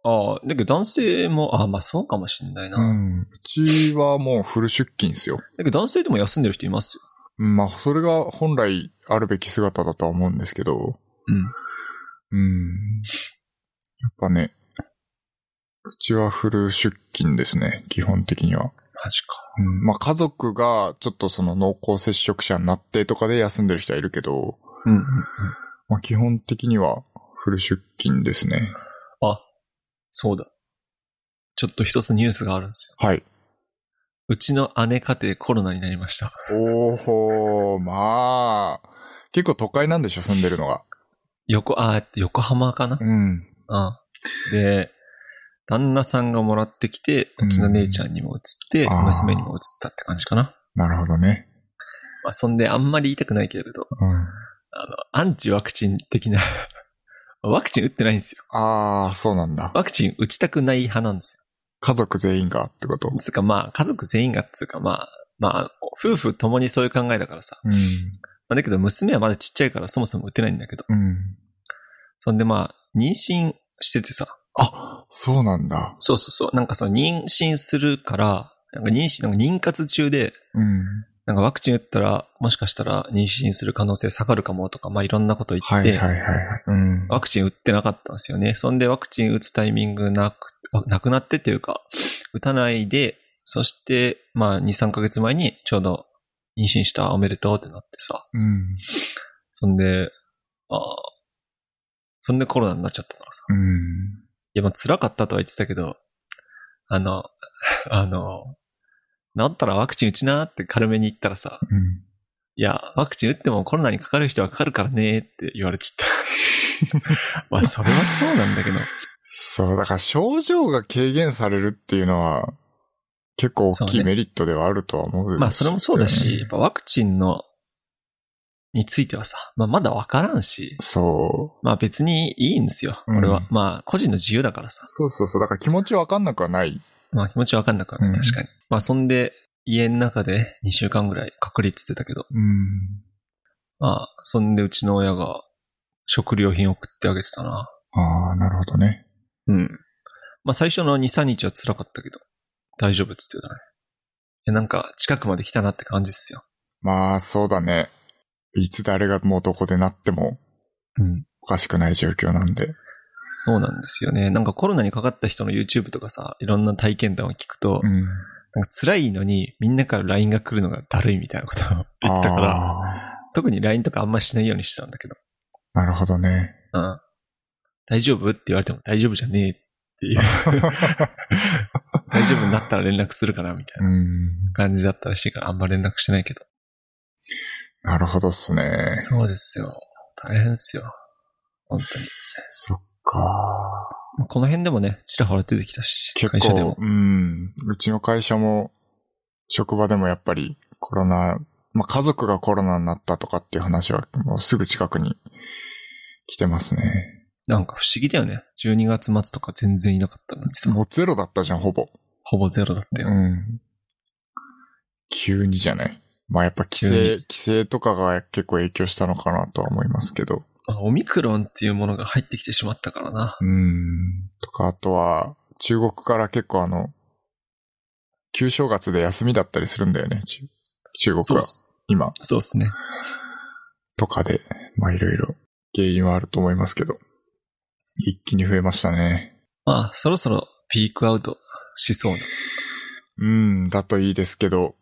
Speaker 1: ああ、だけど男性も、ああ、まあそうかもしんないうな。
Speaker 2: ん。うちはもうフル出勤ですよ。
Speaker 1: だけど男性でも休んでる人いますよ。
Speaker 2: まあ、それが本来あるべき姿だとは思うんですけど。
Speaker 1: うん。
Speaker 2: うん。やっぱね、うちはフル出勤ですね、基本的には。
Speaker 1: マジか。
Speaker 2: うん、まあ家族がちょっとその濃厚接触者になってとかで休んでる人はいるけど、
Speaker 1: うんうんうん。
Speaker 2: まあ基本的にはフル出勤ですね。
Speaker 1: そうだ。ちょっと一つニュースがあるんですよ。
Speaker 2: はい。
Speaker 1: うちの姉家庭コロナになりました。
Speaker 2: おーほー、まあ、結構都会なんでしょ、住んでるのが。
Speaker 1: 横、ああ、えっと横浜かな
Speaker 2: うん。
Speaker 1: うん。で、旦那さんがもらってきて、うちの姉ちゃんにも移って、
Speaker 2: あー
Speaker 1: 娘にも移ったって感じかな。
Speaker 2: なるほどね。
Speaker 1: まあ、そんで、あんまり言いたくないけれど、
Speaker 2: うん。
Speaker 1: あの、アンチワクチン的な、 [LAUGHS] ワクチン打ってないんですよ。
Speaker 2: あー、そうなんだ。
Speaker 1: ワクチン打ちたくない派なんです
Speaker 2: 家族全員がってこと
Speaker 1: よ。。つうかまあ、家族全員が、つうかまあ、まあ、夫婦共にそういう考えだからさ。
Speaker 2: うん。
Speaker 1: まあ、だけど、娘はまだちっちゃいからそもそも打てないんだけど。
Speaker 2: うん。
Speaker 1: そんでまあ、妊娠しててさ。
Speaker 2: あ、そうなんだ。
Speaker 1: そうそうそう。なんかその妊娠するから、なんか妊娠、なんか妊活中で、
Speaker 2: うん。
Speaker 1: なんかワクチン打ったら、もしかしたら妊娠する可能性下がるかもとか、まあいろんなこと言って、
Speaker 2: はいはいはいはい。うん。
Speaker 1: ワクチン打ってなかったんですよね。そんでワクチン打つタイミングなく、あなくなってというか、打たないで、そして、まあ2、3ヶ月前にちょうど妊娠したおめでとうってなってさ、
Speaker 2: うん。
Speaker 1: そんで、ああ、そんでコロナになっちゃったからさ。
Speaker 2: うん。
Speaker 1: いや、まあ辛かったとは言ってたけど、あの、 [LAUGHS] あの、治ったらワクチン打ちなーって軽めに言ったらさ、
Speaker 2: うん。
Speaker 1: いや、ワクチン打ってもコロナにかかる人はかかるからねーって言われちゃ
Speaker 2: [LAUGHS]
Speaker 1: った。まあ、それはそうなんだけど。
Speaker 2: そう、だから症状が軽減されるっていうのは、結構大
Speaker 1: そう
Speaker 2: きい
Speaker 1: ね
Speaker 2: メリットではあるとは思う、
Speaker 1: まあ、それもそうだし、やっ。ぱワクチンの、についてはさ、まあ、まだわからんし、
Speaker 2: そう。
Speaker 1: まあ別にいいんですよ。
Speaker 2: うん
Speaker 1: 俺は。まあ、個人の自由だからさ。
Speaker 2: そうそうそう。だから気持ちわかんなくはない。
Speaker 1: まあ気持ちわかんなくはない。
Speaker 2: うん
Speaker 1: 確かに。まあ、そんで、家の中で2週間ぐらい隔離って言ってたけど、
Speaker 2: うん。
Speaker 1: まあ、そんでうちの親が食料品送ってあげてたな。
Speaker 2: ああ、なるほどね。
Speaker 1: うん。まあ最初の2、3日は辛かったけど、大丈夫っつってたね。え、なんか近くまで来たなって感じっすよ。
Speaker 2: まあ、そうだね。いつ誰がもうどこでなっても
Speaker 1: うん。
Speaker 2: おかしくない状況なんで。
Speaker 1: そうなんですよね。なんかコロナにかかった人の YouTube とかさ、いろんな体験談を聞くと、
Speaker 2: う
Speaker 1: な
Speaker 2: ん。
Speaker 1: んか辛いのにみんなから LINE が来るのがだるいみたいなことを [LAUGHS] 言ってたから、
Speaker 2: あ
Speaker 1: 特に LINE とかあんましないようにしてたんだけど、
Speaker 2: あ、なるほどね。。
Speaker 1: うん。大丈夫って言われても大丈夫じゃねえっていう、 [LAUGHS] 大丈夫になったら連絡するからみたいうなん感じだったらしいから、あんま連絡してないけど。
Speaker 2: なるほどっすね。
Speaker 1: そうですよ。大変ですよ。本当に。
Speaker 2: そっか。
Speaker 1: まあこの辺でもね、ちらほら出てきたし、
Speaker 2: 結
Speaker 1: 会社で
Speaker 2: 構
Speaker 1: も、。
Speaker 2: うん。うちの会社も、職場でもやっぱりコロナ、まあ家族がコロナになったとかっていう話はもうすぐ近くに来てますね。
Speaker 1: なんか不思議だよね。12月末とか全然いなかったのにさ、
Speaker 2: もうゼロだったじゃん、ほぼ。
Speaker 1: ほぼゼロだったよ。
Speaker 2: うん。急にじゃない。まあやっぱ規
Speaker 1: 急
Speaker 2: 制、規制とかが結構影響したのかなとは思いますけど。
Speaker 1: まあオミクロンっていうものが入ってきてしまったからな。
Speaker 2: うん。とか、あとは、中国から結構あの、旧正月で休みだったりするんだよね、中中
Speaker 1: そう
Speaker 2: 国
Speaker 1: っ
Speaker 2: は。
Speaker 1: す
Speaker 2: 今。
Speaker 1: そうですね。
Speaker 2: とかで、まあいろいろ原因はあると思いますけど。一気に増えましたね。
Speaker 1: まあ、そろそろピークアウトしそうな。
Speaker 2: うん、だといいですけど。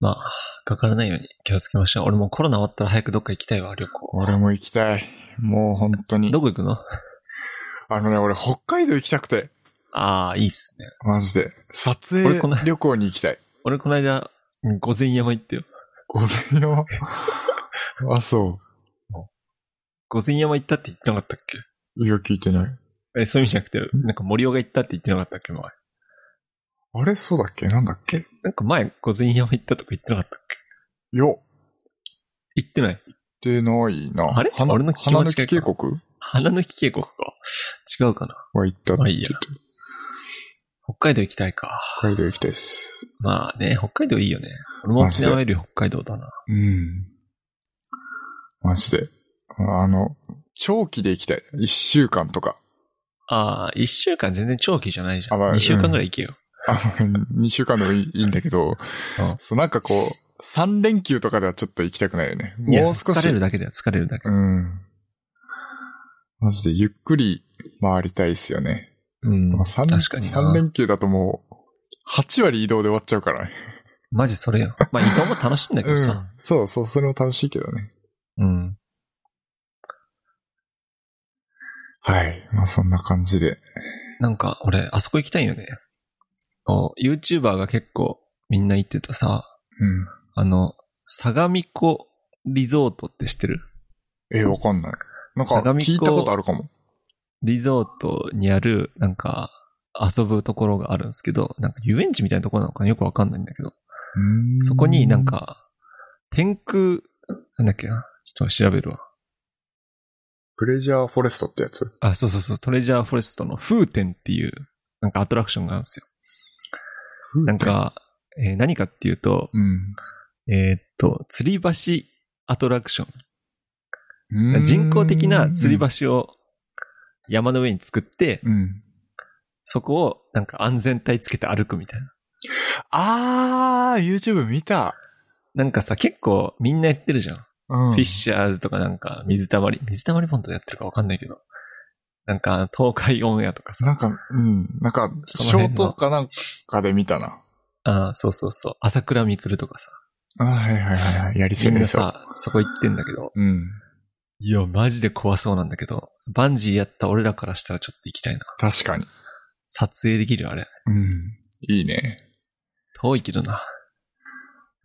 Speaker 1: まあ、かからないように気をつけましょう。俺もコロナ終わったら早くどっか行きたいわ、旅行。
Speaker 2: 俺も行きたい。もう本当に
Speaker 1: ど。こ行くの
Speaker 2: あのね、俺北海道行きたくて。
Speaker 1: ああ、いいっすね。
Speaker 2: マジで。撮
Speaker 1: 俺この
Speaker 2: 影旅行に行きたい。
Speaker 1: 俺この間、午前山行ったよ。
Speaker 2: 午前よ。
Speaker 1: [LAUGHS]
Speaker 2: あ、そ
Speaker 1: 午前山行ったって言ってなかったっけ
Speaker 2: う。いや、聞いてない。
Speaker 1: え、そういう意味じゃなくて、なんか森尾が行ったって言ってなかったっけ前。
Speaker 2: あれそうだっけなんだっけ
Speaker 1: なんか前、午前山行ったとか言ってなかったっ
Speaker 2: よ
Speaker 1: け行ってない。
Speaker 2: ってないな。
Speaker 1: あれ
Speaker 2: 花
Speaker 1: 俺の聞き間違いか
Speaker 2: 花抜き渓谷
Speaker 1: 花の木渓谷か。違うかな。
Speaker 2: は行ったって
Speaker 1: まあ
Speaker 2: 言
Speaker 1: いいや
Speaker 2: ってて
Speaker 1: 北海道行きたいか。
Speaker 2: 北海道行きたいです。
Speaker 1: まあね、北海道いいよね。俺も沖縄より北海道だな。
Speaker 2: うん。マジで。あの、長期で行きたい。一週間とか。
Speaker 1: ああ、一週間全然長期じゃないじゃん。
Speaker 2: あまあ
Speaker 1: 二週間ぐらい行けよ。
Speaker 2: あの、 [LAUGHS] 二週間でもいいいいんだけど、
Speaker 1: うん
Speaker 2: そうなんかこう、三連休とかではちょっと行きたくないよね。
Speaker 1: いや
Speaker 2: もう少し。
Speaker 1: 疲れるだけだよ、疲れるだけ
Speaker 2: う。ん。マジでゆっくり回りたいですよね。
Speaker 1: うん。
Speaker 2: まあ三
Speaker 1: 確かに
Speaker 2: 三
Speaker 1: な。
Speaker 2: 連休だともう、8割移動で終わっちゃうからね。
Speaker 1: マジそれよ。まあ移動も楽しいんだけ
Speaker 2: う
Speaker 1: ど
Speaker 2: ん
Speaker 1: さ。。
Speaker 2: そうそう、それも楽しいけどね。
Speaker 1: うん。
Speaker 2: はい。まあそんな感じで。
Speaker 1: なんか俺、あそこ行きたいよね。こう、YouTuber が結構みんな行ってたさ、
Speaker 2: うん。
Speaker 1: あの、相模湖リゾートって知ってる
Speaker 2: え、わかんない。なんか
Speaker 1: 相模湖
Speaker 2: 聞いたことあるかも。
Speaker 1: リゾートにある、なんか、遊ぶところがあるんですけど、なんか遊園地みたいなところなのかなよくわかんないんだけど、
Speaker 2: うーん
Speaker 1: そこになん。か、天空、なんだっけなちょっと調べるわ。
Speaker 2: プレジャーフォレストってやつ。
Speaker 1: あ、そうそうそう、トレジャーフォレストの風天っていう、なんかアトラクションがあるんですよ。なん。か、えー何かっていうと、
Speaker 2: うん。
Speaker 1: えーっと、吊り橋アトラクション。
Speaker 2: うーん
Speaker 1: 人工的な吊り。橋を山の上に作って、
Speaker 2: うん。
Speaker 1: そこをなんか安全帯つけて歩くみたいな。
Speaker 2: あー、YouTube 見た。
Speaker 1: なんかさ、結構みんなやってるじゃん。
Speaker 2: うん。
Speaker 1: フィッシャーズとかなんか水溜り、水溜りボンドやってるかわかんないけど。なんか東海オンエアとか
Speaker 2: な
Speaker 1: さ。
Speaker 2: んか、うん。なんか、
Speaker 1: そ
Speaker 2: シ
Speaker 1: の
Speaker 2: ョ
Speaker 1: 辺
Speaker 2: ー
Speaker 1: の
Speaker 2: トかなんかで見たな。
Speaker 1: あーそうそうそう。朝倉未来とかさ。
Speaker 2: あーはいはいはいはい。やりそ
Speaker 1: み
Speaker 2: うんや
Speaker 1: な
Speaker 2: りそう。
Speaker 1: さ、そこ行ってんだけど。
Speaker 2: うん。
Speaker 1: いや、マジで怖そうなんだけど。バンジーやった俺らからしたらちょっと行きたいな。
Speaker 2: 確かに。
Speaker 1: 撮影できるよあれ。
Speaker 2: うん。いいね。
Speaker 1: 遠いけどな。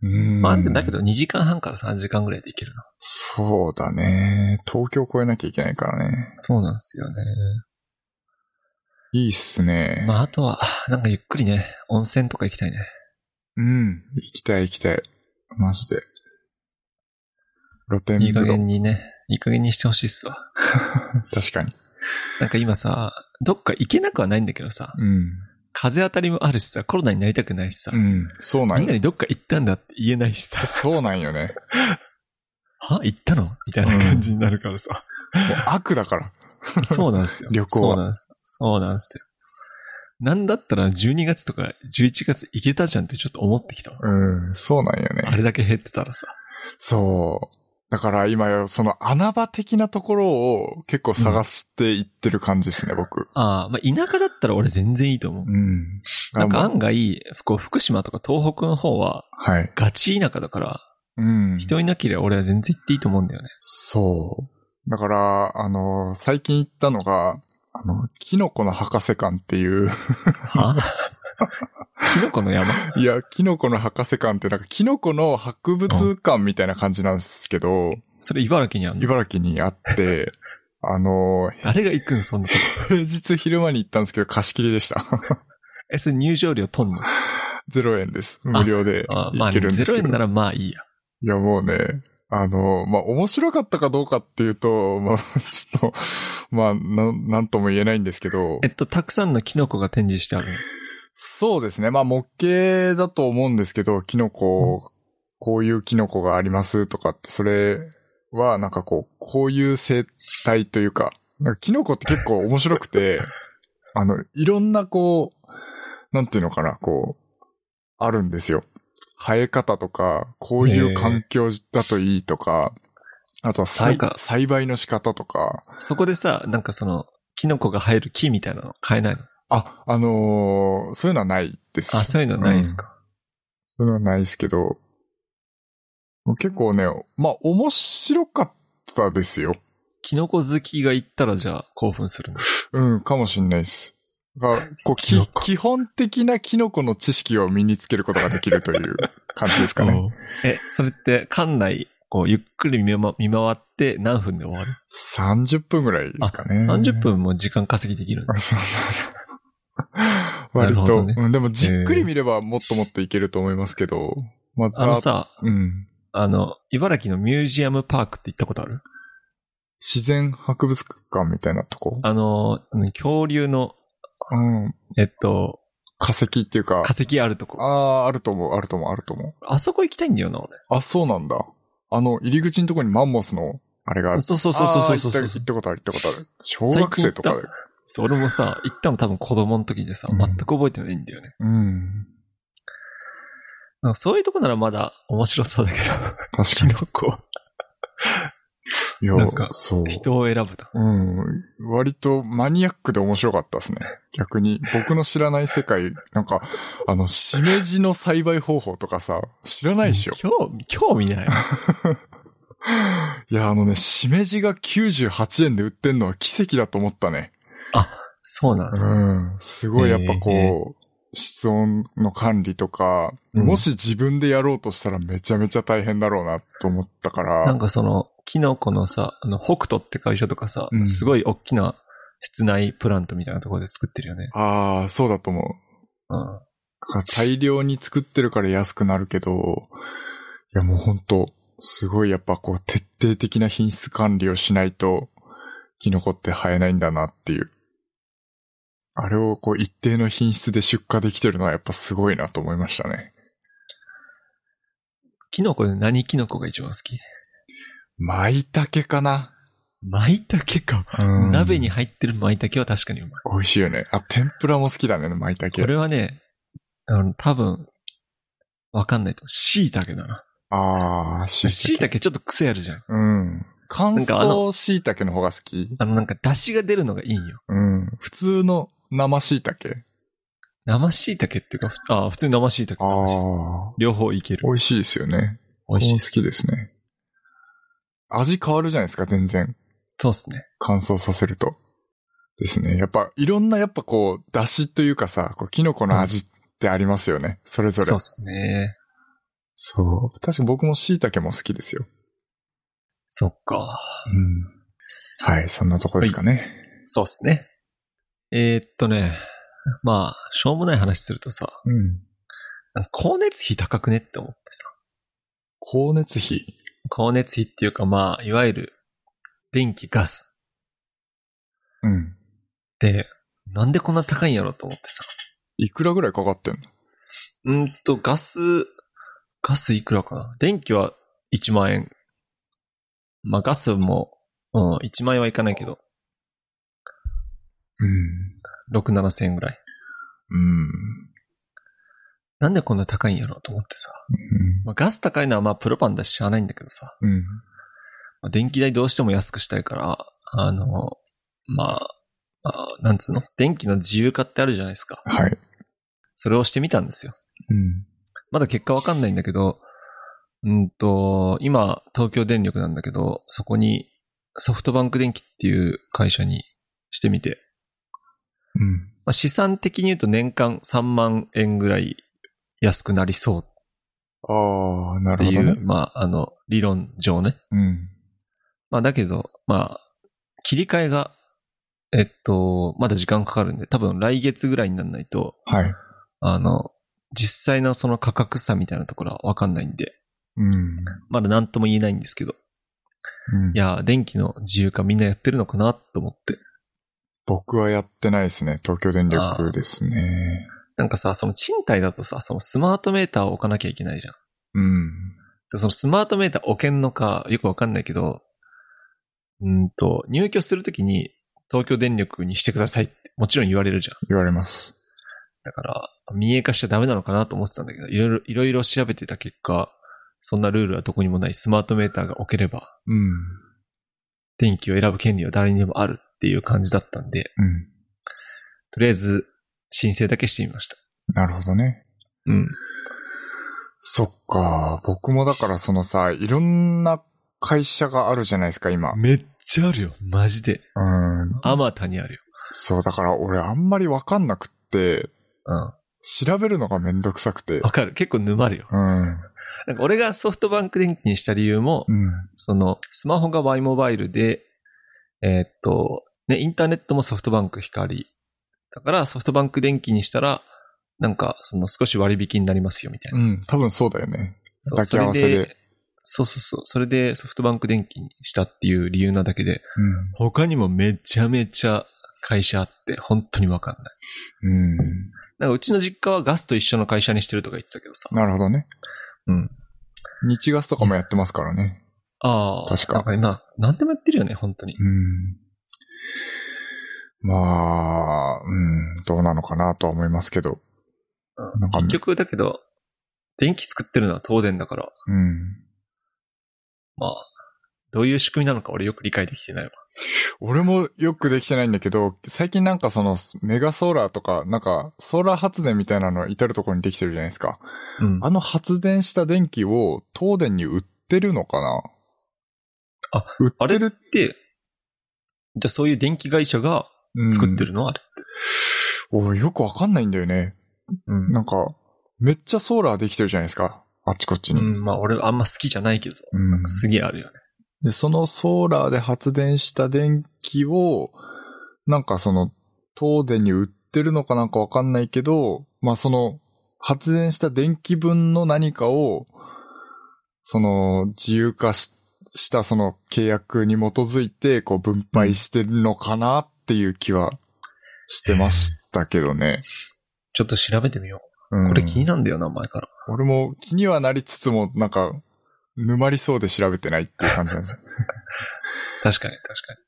Speaker 2: うん。
Speaker 1: まあ、だけど2時間半から3時間ぐらいで行けるな。
Speaker 2: そうだね。東京越えなきゃいけないからね。
Speaker 1: そうなんですよね。
Speaker 2: いいっすね。
Speaker 1: まあ、あとは、なんかゆっくりね、温泉とか行きたいね。
Speaker 2: うん。行きたい行きたい。マジで。露天
Speaker 1: いい加
Speaker 2: 風呂。
Speaker 1: 減にね、いい加減にしてほしいっすわ。
Speaker 2: 確かに。
Speaker 1: なんか今さ、どっか行けなくはないんだけどさ、
Speaker 2: うん。
Speaker 1: 風当たりもあるしさ、コロナになりたくないしさ、
Speaker 2: うん。そうなん
Speaker 1: みんな
Speaker 2: よ。
Speaker 1: にどっか行ったんだって言えないしさ、
Speaker 2: そうなんよね。
Speaker 1: は行ったのみたいな感じになるからさ。
Speaker 2: もう悪だから。
Speaker 1: そうなんですよ。
Speaker 2: 旅行
Speaker 1: そ
Speaker 2: は
Speaker 1: うなんです。そうなんですよ。なんだったら12月とか11月いけたじゃんってちょっと思ってきたわ。
Speaker 2: うん、そうなんよね。
Speaker 1: あれだけ減ってたらさ。
Speaker 2: そう。だから今よ、その穴場的なところを結構探していってる感じですね、僕。
Speaker 1: ああ、まあ、田舎だったら俺全然いいと思う。
Speaker 2: うん。
Speaker 1: なんか
Speaker 2: あ
Speaker 1: 案外、こう福島とか東北の方は
Speaker 2: はい。
Speaker 1: ガチ田舎だから、
Speaker 2: うん。
Speaker 1: 人いなければ俺は全然行っていいと思うんだよね。
Speaker 2: そう。だから、あの、最近行ったのが、あの、キノコの博士館っていう、 [LAUGHS]
Speaker 1: はキノコの山
Speaker 2: いや、キノコの博士館ってなんかキノコの博物館みたいな感じなんですけど、
Speaker 1: それ茨城にあるの
Speaker 2: 茨城に
Speaker 1: [LAUGHS]
Speaker 2: あって、あの、
Speaker 1: 誰が行くんそんなとこ。
Speaker 2: 平日昼間に行ったんですけど貸し切りでした。 [LAUGHS]
Speaker 1: え、それ入場料取んの
Speaker 2: 0円です。無料で
Speaker 1: あま
Speaker 2: 行
Speaker 1: あ、
Speaker 2: けるんですけど。
Speaker 1: 0円ならまあいいや。
Speaker 2: いや、もうね、あの、まあ、面白かったかどうかっていうと、まあ、ちょっと、まあ、なん、なんとも言えないんですけど
Speaker 1: え、っと、たくさんのキノコが展示してあるの。
Speaker 2: そうですね。まあ、模型だと思うんですけど、キノコ、こういうキノコがありますとかって、それは、なんかこう、こういう生態というか、なんかキノコって結構面白く
Speaker 1: [LAUGHS]
Speaker 2: て、あの、いろんなこう、なんていうのかな、こう、あるんですよ。生え方とか、こういう環境だといいとか、あとは栽
Speaker 1: なんか
Speaker 2: 栽培の仕方とか、
Speaker 1: そこでさ、なんかその、キノコが生える木みたいなの買えないの
Speaker 2: あ、あのーそういうのはないです。
Speaker 1: あ、そういうのないですか、
Speaker 2: それはないですけど、もう結構ね、まあ面白かったですよ。
Speaker 1: キノコ好きが行ったらじゃあ興奮するの。
Speaker 2: うん、かもしんないです。がこう
Speaker 1: キ
Speaker 2: き
Speaker 1: ノコ
Speaker 2: 基本的なキノコの知識を身につけることができるという感じですかね。
Speaker 1: え、それって館内、こう、ゆっくり見,、ま、見回って何分で終わる
Speaker 2: 30分ぐらいですかね。
Speaker 1: あ30分も時間稼ぎできるんだ
Speaker 2: あそうそうそう。
Speaker 1: な
Speaker 2: 割
Speaker 1: るほ
Speaker 2: と、
Speaker 1: どね
Speaker 2: うんでもじっくり見ればもっともっといけると思いますけど、まず
Speaker 1: あのさ、
Speaker 2: うん、
Speaker 1: あの、茨城のミュージアムパークって行ったことある
Speaker 2: 自然博物館みたいなとこ、
Speaker 1: あの、あの恐竜の、
Speaker 2: うん、
Speaker 1: えっと、
Speaker 2: 化石っていうか
Speaker 1: 化、石あるとこ。あ
Speaker 2: ああー、あると思う、あると思う、あると思う。
Speaker 1: そこ行きたいんだよな、俺。
Speaker 2: あ、そうなんだ。あの、入り口のとこにマンモスの、あれがある。
Speaker 1: そうそうそうそうそうそう
Speaker 2: あー行った行ったことある、行ったことある。小
Speaker 1: 最
Speaker 2: 学
Speaker 1: 近行
Speaker 2: 生
Speaker 1: った
Speaker 2: とかで。
Speaker 1: そう。俺もさ、行ったの多分子供の時でさ、
Speaker 2: うん
Speaker 1: 全く覚えてないんだよね。
Speaker 2: うん。
Speaker 1: なんかそういうとこならまだ面白そう [LAUGHS] だけど、
Speaker 2: 確
Speaker 1: キ
Speaker 2: かに
Speaker 1: ノ。コは、
Speaker 2: いや、
Speaker 1: なんか
Speaker 2: そう。
Speaker 1: 人を選ぶな。
Speaker 2: うん。割とマニアックで面白かったですね。逆に。僕の知らない世界、なんか、あの、しめじの栽培方法とかさ、知らないでしょ。
Speaker 1: 興味、興味ない。
Speaker 2: いや、あのね、しめじが98円で売ってんのは奇跡だと思ったね。
Speaker 1: そうなんですね。
Speaker 2: うん。すごいやっぱ
Speaker 1: へ
Speaker 2: こう、室温の管理とか、
Speaker 1: うん
Speaker 2: もし自分でやろうとしたらめちゃめちゃ大変だろうなと思ったから。
Speaker 1: なんかその、キノコのさ、あの、北斗って会社とかさ、
Speaker 2: うん
Speaker 1: すごい大きな室内プラントみたいなところで作ってるよね。
Speaker 2: ああ、そうだと思う。
Speaker 1: うん。
Speaker 2: だから大量に作ってるから安くなるけど、いやもうほんと、すごいやっぱこう徹底的な品質管理をしないと、キノコって生えないんだなっていう。あれをこう一定の品質で出荷できてるのはやっぱすごいなと思いましたね。
Speaker 1: キノコで何キノコが一番好き
Speaker 2: 舞茸かな、
Speaker 1: 舞茸か。
Speaker 2: うん
Speaker 1: 鍋に入ってる舞茸は確かにうまい。
Speaker 2: 美味しいよね。あ、天ぷらも好きだね、舞
Speaker 1: こ
Speaker 2: 茸。
Speaker 1: れはね、あの、多分、わかんないと思う。椎茸だな。
Speaker 2: あー、し
Speaker 1: 椎茸ちょっと癖あるじゃん。
Speaker 2: うん。乾
Speaker 1: なんかあの
Speaker 2: 燥椎茸の方が好き。
Speaker 1: あの、なんか出汁が出るのがいいんよ。
Speaker 2: うん。普通の生椎茸。
Speaker 1: 生椎茸っていうか、ふつあー普通に生椎茸。生椎茸
Speaker 2: あー。
Speaker 1: 両方いける
Speaker 2: 美。味しいですよね。
Speaker 1: 美味しいです。
Speaker 2: 好きですね。味変わるじゃないですか、全然。
Speaker 1: そうっすね。
Speaker 2: 乾燥させると。ですね。やっぱ、いろんな、やっぱこう、出汁というかさ、こうキノコの味ってありますよね。それぞれ。
Speaker 1: そうっすね。
Speaker 2: そう。確か僕も椎茸も好きですよ。
Speaker 1: そっか。
Speaker 2: うん。はい、そんなとこですかね。
Speaker 1: そうっすね。えー、っとね、まあ、しょうもない話するとさ、
Speaker 2: うん。
Speaker 1: なんか光熱費高くねって思ってさ。
Speaker 2: 光熱費。
Speaker 1: 光熱費っていうか、まあ、いわゆる、電気、ガス
Speaker 2: うん。
Speaker 1: って、なんでこんな高いんやろと思ってさ。
Speaker 2: いくらぐらいかかってんの
Speaker 1: うんと、ガス、ガスいくらかな電気は1万円。まあ、ガスも、うん、1万円はいかないけど、
Speaker 2: うん。
Speaker 1: 6、7千円ぐらい。
Speaker 2: うん。
Speaker 1: なんでこんな高いんやろうと思ってさ。まあ、ガス高いのはまあプロパンだししゃあないんだけどさ。
Speaker 2: うん。うん。
Speaker 1: まあ、電気代どうしても安くしたいから、あの、まあ、まあ、なんつうの電気の自由化ってあるじゃないですか。
Speaker 2: はい。
Speaker 1: それをしてみたんですよ。
Speaker 2: うん。
Speaker 1: まだ結果わかんないんだけど、うんと、今、東京電力なんだけど、そこにソフトバンク電気っていう会社にしてみて、
Speaker 2: うん。
Speaker 1: まあ、資産的に言うと年間3万円ぐらい安くなりそう
Speaker 2: ああ、な
Speaker 1: って
Speaker 2: るほ
Speaker 1: い
Speaker 2: ど
Speaker 1: う、
Speaker 2: ね。
Speaker 1: まあ、あの、理論上ね。
Speaker 2: うん。
Speaker 1: まあ、だけど、まあ、切り替えが、えっと、まだ時間かかるんで、多分来月ぐらいにならないと、
Speaker 2: はい。
Speaker 1: あの、実際のその価格差みたいなところはわかんないんで、
Speaker 2: うん。
Speaker 1: まだ何とも言えないんですけど、
Speaker 2: うん
Speaker 1: いやー、電気の自由化みんなやってるのかなと思って。
Speaker 2: 僕はやってないですね。東京電力ですね。
Speaker 1: なんかさ、その賃貸だとさ、そのスマートメーターを置かなきゃいけないじゃん。
Speaker 2: うん。
Speaker 1: でそのスマートメーター置けんのかよくわかんないけど、うんと、入居するときに東京電力にしてくださいってもちろん言われるじゃん。
Speaker 2: 言われます。
Speaker 1: だから、民営化しちゃダメなのかなと思ってたんだけど、いろいろ、いろいろ調べてた結果、そんなルールはどこにもないスマートメーターが置ければ、
Speaker 2: うん。
Speaker 1: 電気を選ぶ権利は誰にでもあるっていう感じだったんで、
Speaker 2: うん。
Speaker 1: とりあえず申請だけしてみました。
Speaker 2: なるほどね。
Speaker 1: うん。
Speaker 2: そっか。僕もだからそのさ、いろんな会社があるじゃないですか、今。
Speaker 1: めっちゃあるよ。マジで。
Speaker 2: うん。
Speaker 1: あまたにあるよ。
Speaker 2: そう、だから俺あんまりわかんなくって、
Speaker 1: うん。
Speaker 2: 調べるのがめんどくさくて
Speaker 1: わ。かる。結構沼るよ。
Speaker 2: うん。うん。
Speaker 1: なんか俺がソフトバンク電気にした理由も、その、スマホが Y モバイルで、えーっと、ね、インターネットもソフトバンク光。だからソフトバンク電気にしたら、なんか、その少し割引になりますよ、みたいな。
Speaker 2: うん。多分そうだよね。
Speaker 1: そう
Speaker 2: 抱き合わせで。
Speaker 1: それそうそうそう。それでソフトバンク電気にしたっていう理由なだけで、他にもめちゃめちゃ会社あって、本当にわかんない。
Speaker 2: うん。う
Speaker 1: なんかうちの実家はガスと一緒の会社にしてるとか言ってたけどさ。
Speaker 2: ん。なるほどね。
Speaker 1: うん。
Speaker 2: 日ガスとかもやってますからね。
Speaker 1: ああ。
Speaker 2: 確か
Speaker 1: なんか今、何でもやってるよね、本当に。
Speaker 2: うん。まあ、うん、どうなのかなとは思いますけど。なんか
Speaker 1: 結局だけど、電気作ってるのは東電だから、
Speaker 2: うん。
Speaker 1: まあ、どういう仕組みなのか俺よく理解できてないわ。
Speaker 2: 俺もよくできてないんだけど、最近なんかそのメガソーラーとか、なんかソーラー発電みたいなの至るところにできてるじゃないですか。
Speaker 1: うん。
Speaker 2: あの発電した電気を東電に売ってるのかな
Speaker 1: あ、
Speaker 2: 売って
Speaker 1: あれっ
Speaker 2: る
Speaker 1: て、じゃあそういう電気会社が作って
Speaker 2: る、
Speaker 1: るの、あれって。
Speaker 2: うん俺よくわかんないんだよね。
Speaker 1: うん。
Speaker 2: なんか、めっちゃソーラーできてるじゃないですか。あっちこっちに。
Speaker 1: まあ俺あんま好きじゃないけど、
Speaker 2: うん
Speaker 1: すげえあるよね。
Speaker 2: で、そのソーラーで発電した電気を、なんかその、東電に売ってるのかなんかわかんないけど、まあその、発電した電気分の何かを、その、自由化ししたその契約に基づいて、こう分配してるのかなっていう気はしてましたけどね。
Speaker 1: ちょっと調べてみよ
Speaker 2: う
Speaker 1: う。
Speaker 2: ん
Speaker 1: これ気になんだよな、前から。
Speaker 2: 俺も気にはなりつつも、なんか、沼りそうで調べてないっていう感じなんですよ。
Speaker 1: 確かに、確かに。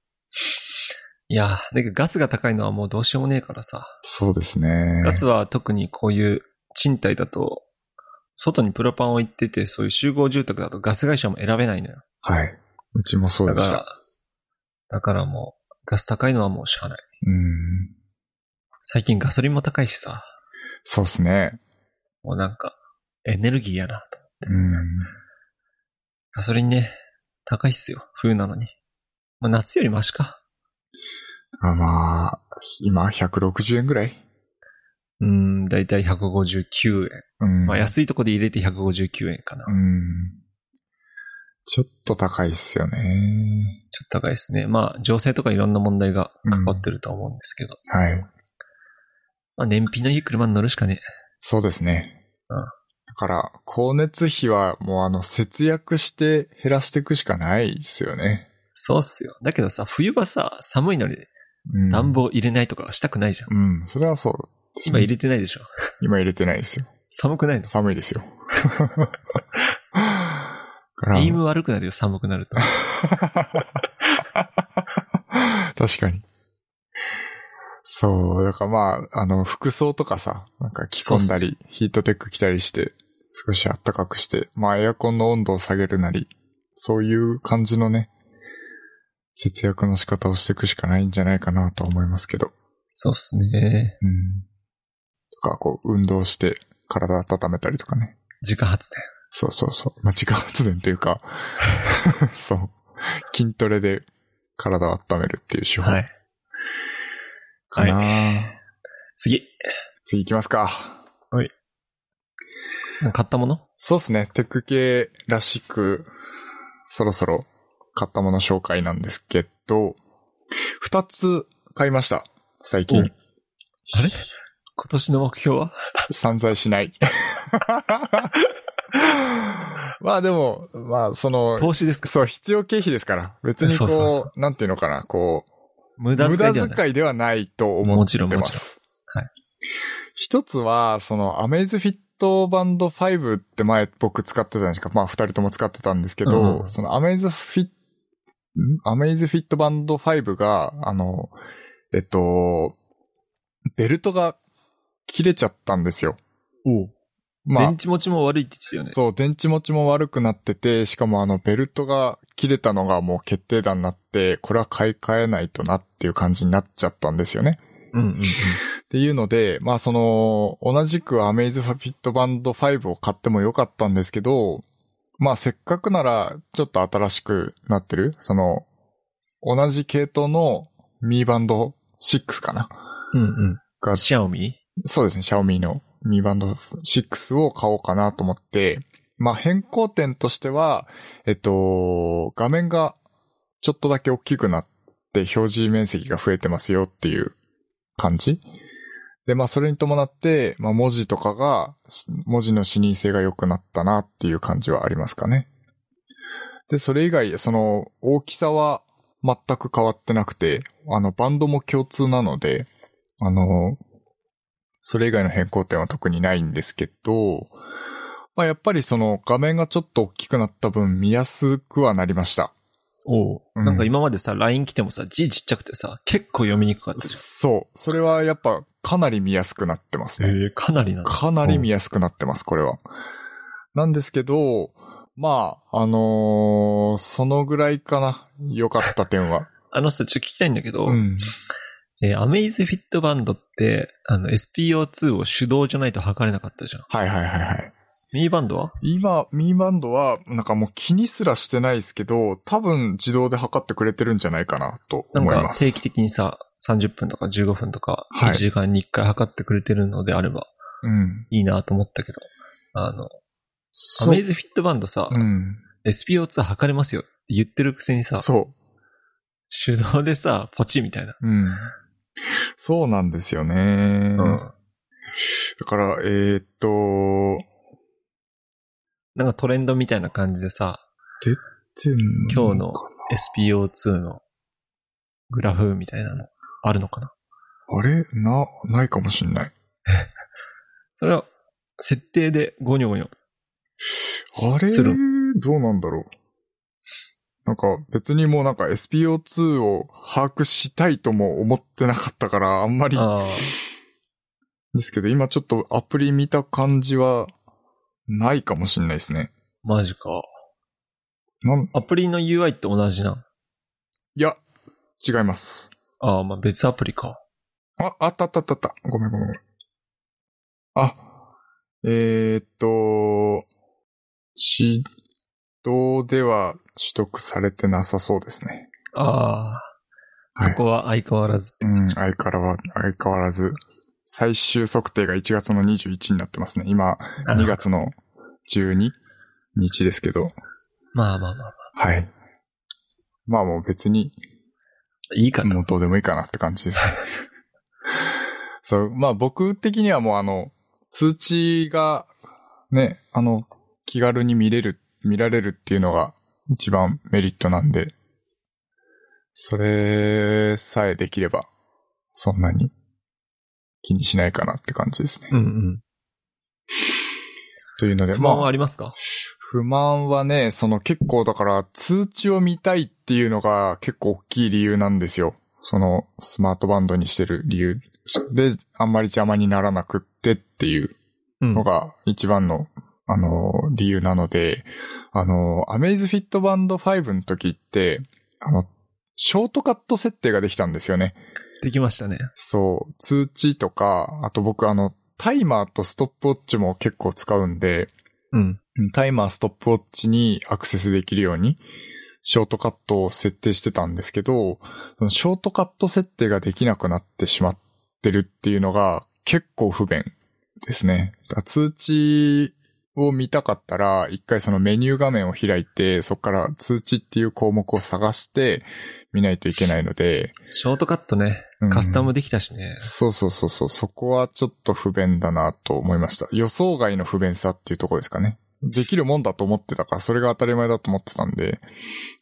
Speaker 1: いやー、だけどガスが高いのはもうどうしようもねえからさ。
Speaker 2: [LAUGHS] そうですね。
Speaker 1: ガスは特にこういう賃貸だと、外にプロパンを置いてて、そういう集合住宅だとガス会社も選べないのよ。
Speaker 2: はい。うちもそう
Speaker 1: だ
Speaker 2: で
Speaker 1: か
Speaker 2: した。
Speaker 1: ら、だからもう、ガス高いのはもうしゃあない。
Speaker 2: うん。
Speaker 1: 最近ガソリンも高いしさ、
Speaker 2: そうですね。
Speaker 1: もうなんか、エネルギーやなと。
Speaker 2: うん。
Speaker 1: ガソリンね、高いっすよ。冬なのに。まあ夏よりマシか。
Speaker 2: あまあ、今160円ぐらい
Speaker 1: うん、だいたい159円。
Speaker 2: うん。
Speaker 1: まあ安いとこで入れて159円かな。
Speaker 2: うん。ちょっと高いっすよね。
Speaker 1: ちょっと高いですね。まあ、情勢とかいろんな問題が関わってるとは思うんですけど。
Speaker 2: はい。
Speaker 1: まあ、燃費のいい車に乗るしかね。
Speaker 2: そうですね。
Speaker 1: うん
Speaker 2: だから、光熱費はもうあの、節約して減らしていくしかないっすよね。
Speaker 1: そうっすよ。だけどさ、冬場さ、寒いのに
Speaker 2: うん。
Speaker 1: 暖房入れないとかはしたくないじゃん。
Speaker 2: うん、それはそうです
Speaker 1: 今
Speaker 2: ね、
Speaker 1: 入れてないでしょ。
Speaker 2: 今入れてないですよ。
Speaker 1: 寒くないの
Speaker 2: 寒いですよ。から
Speaker 1: ビーム悪くなるよ、寒くなると。
Speaker 2: 確かに。そう、だからまあ、あの、服装とかさ、なんか着込んだり、ヒートテック着たりして、少し暖かくして、まあエアコンの温度を下げるなり、そういう感じのね、節約の仕方をしていくしかないんじゃないかなとは思いますけど。
Speaker 1: そうっすね。
Speaker 2: うん。とか、こう、運動して体温めたりとかね。
Speaker 1: 自家発電。
Speaker 2: そうそうそう。まあ、自家発電とい
Speaker 1: [LAUGHS]
Speaker 2: うか、そう。筋トレで体を温めるっていう手法
Speaker 1: はい。
Speaker 2: かな、
Speaker 1: 次。
Speaker 2: 次行きますか。
Speaker 1: もう買ったもの
Speaker 2: そうっすね。テック系らしく、そろそろ買ったもの紹介なんですけど、二つ買いました。最
Speaker 1: う
Speaker 2: 近
Speaker 1: ん。あれ今年の目標は
Speaker 2: 散財
Speaker 1: [LAUGHS]
Speaker 2: しない。まあでも、まあその、
Speaker 1: 投資ですか
Speaker 2: そう、必要経費ですから。別にこう、
Speaker 1: そうそうそ
Speaker 2: なんていうのかな、こ
Speaker 1: 無
Speaker 2: う、無
Speaker 1: 駄遣いでは
Speaker 2: 駄
Speaker 1: ない。
Speaker 2: 遣いではないと思
Speaker 1: も
Speaker 2: っ
Speaker 1: ちろん
Speaker 2: て
Speaker 1: も
Speaker 2: ま
Speaker 1: ちろん
Speaker 2: す。
Speaker 1: はい
Speaker 2: 一つは、その、アメイズフィットバンド5って前僕使ってたじゃないですか。まあ二人とも使ってたんですけど、
Speaker 1: うん
Speaker 2: そのアメイズフィット、アメイズフィットバンド5が、あの、えっと、ベルトが切れちゃったんですよ。
Speaker 1: おう
Speaker 2: まあ
Speaker 1: 電、池持ちも悪いって言ってたよね。
Speaker 2: そう、電池持ちも悪くなってて、しかもあのベルトが切れたのがもう決定打になって、これは買い替えないとなっていう感じになっちゃったんですよね。
Speaker 1: うんうんうん。
Speaker 2: っていうので、まあその、同じくアメイズフィットバンド5を買ってもよかったんですけど、まあせっかくならちょっと新しくなってる、その、同じ系統のミーバンド6かな
Speaker 1: うんう
Speaker 2: が
Speaker 1: ん。シャオミ
Speaker 2: そうですね、シャオミのミバンド6を買おうかなと思って、まあ変更点としては、えっと、画面がちょっとだけ大きくなって表示面積が増えてますよっていう感じで、まあそれに伴って、まあ文字とかが、し文字の視認性が良くなったなっていう感じはありますかね。で、それ以外、その大きさは全く変わってなくて、あのバンドも共通なので、あの、それ以外の変更点は特にないんですけど、まあ、やっぱりその画面がちょっと大きくなった分見やすくはなりました。
Speaker 1: おう
Speaker 2: うん
Speaker 1: なんか今までさ、LINE 来てもさ、字ちっちゃくてさ、結構読みにくかったじ
Speaker 2: そう。それはやっぱかなり見やすくなってます
Speaker 1: ゃ
Speaker 2: ね。
Speaker 1: ん。ええ、かなりなの。
Speaker 2: かなり見やすくなってます、これは。なんですけど、まあ、あのーそのぐらいかな。良かった
Speaker 1: [LAUGHS]
Speaker 2: 点は。
Speaker 1: あのさ、ちょっと聞きたいんだけど、
Speaker 2: うん。
Speaker 1: えーアメイズフィットバンドって、あの、SPO2 を手動じゃないと測れなかったじゃん。
Speaker 2: はいはいはいはい。
Speaker 1: ミーバンドは
Speaker 2: 今、ミーバンドは、なんかもう気にすらしてないですけど、多分自動で測ってくれてるんじゃないかなと
Speaker 1: なん
Speaker 2: 思い
Speaker 1: か
Speaker 2: ます。
Speaker 1: 定期的にさ、30分とか15分とか、
Speaker 2: はい
Speaker 1: 1時間に1回測ってくれてるのであれば
Speaker 2: うん。
Speaker 1: いいなと思ったけど、あの、ア
Speaker 2: そ
Speaker 1: メイズフィットバンドさ、
Speaker 2: うん。
Speaker 1: SPO2 測れますよって言ってるくせにさ、
Speaker 2: そ
Speaker 1: 手動でさ、ポチみたいな。
Speaker 2: う。うん。そうなんですよね。だから、えーっと、
Speaker 1: なんかトレンドみたいな感じでさ、今日の SPO2 のグラフみたいなのあるのかな
Speaker 2: あれな、ないかもしんない。
Speaker 1: それを設定でゴニョゴニョ。
Speaker 2: あれ
Speaker 1: する
Speaker 2: どうなんだろう。なんか別にもうなんか SPO2 を把握したいとも思ってなかったから、あんまり
Speaker 1: ああ、
Speaker 2: ですけど、今ちょっとアプリ見た感じはないかもしんないですね。
Speaker 1: マジか。
Speaker 2: なん、
Speaker 1: アプリの UI って同じなん。
Speaker 2: いや、違います。
Speaker 1: ああ、まあ別アプリか。
Speaker 2: あ、あったあったあったあった。ごめんごめんごめん。あ、えー、っと、指導では取得されてなさそうですね。
Speaker 1: ああ、
Speaker 2: はい
Speaker 1: そこは相変わらず。
Speaker 2: うん、相変わらず、相変わらず、最終測定が1月の21になってますね。今、
Speaker 1: あの
Speaker 2: 2月の12日ですけど。
Speaker 1: まあまあまあまあ。
Speaker 2: はい。まあもう別に
Speaker 1: いいかと。
Speaker 2: もうどうでもいいかなって感
Speaker 1: [LAUGHS]
Speaker 2: じですね。そう、まあ僕的にはもうあの、通知がね、あの、気軽に見れる、見られるっていうのが一番メリットなんで、それさえできれば、そんなに気にしないかなって感じですね。
Speaker 1: うんうん。
Speaker 2: というので、
Speaker 1: 不満は
Speaker 2: ま
Speaker 1: あ
Speaker 2: あ、
Speaker 1: りますか
Speaker 2: 不満はね、その結構だから通知を見たいっていうのが結構大きい理由なんですよ。そのスマートバンドにしてる理由で、あんまり邪魔にならなくってっていう
Speaker 1: うん
Speaker 2: のが一番の、あの、理由なので、あの、アメイズフィットバンド5の時って、あの、ショートカット設定ができたんですよね。
Speaker 1: できましたね。
Speaker 2: そう、通知とか、あと僕あの、タイマーとストップウォッチも結構使うんで、
Speaker 1: うん。
Speaker 2: タイマー、ストップウォッチにアクセスできるように、ショートカットを設定してたんですけど、そのショートカット設定ができなくなってしまってるっていうのが結構不便ですね。だから通知を見たかったら、一回そのメニュー画面を開いて、そこから通知っていう項目を探して見ないといけないので、
Speaker 1: ショートカットね
Speaker 2: うん。
Speaker 1: カスタムできたしね。
Speaker 2: そうそうそうそう、そこはちょっと不便だなと思いました。予想外の不便さっていうところですかね。できるもんだと思ってたから、それが当たり前だと思ってたんで、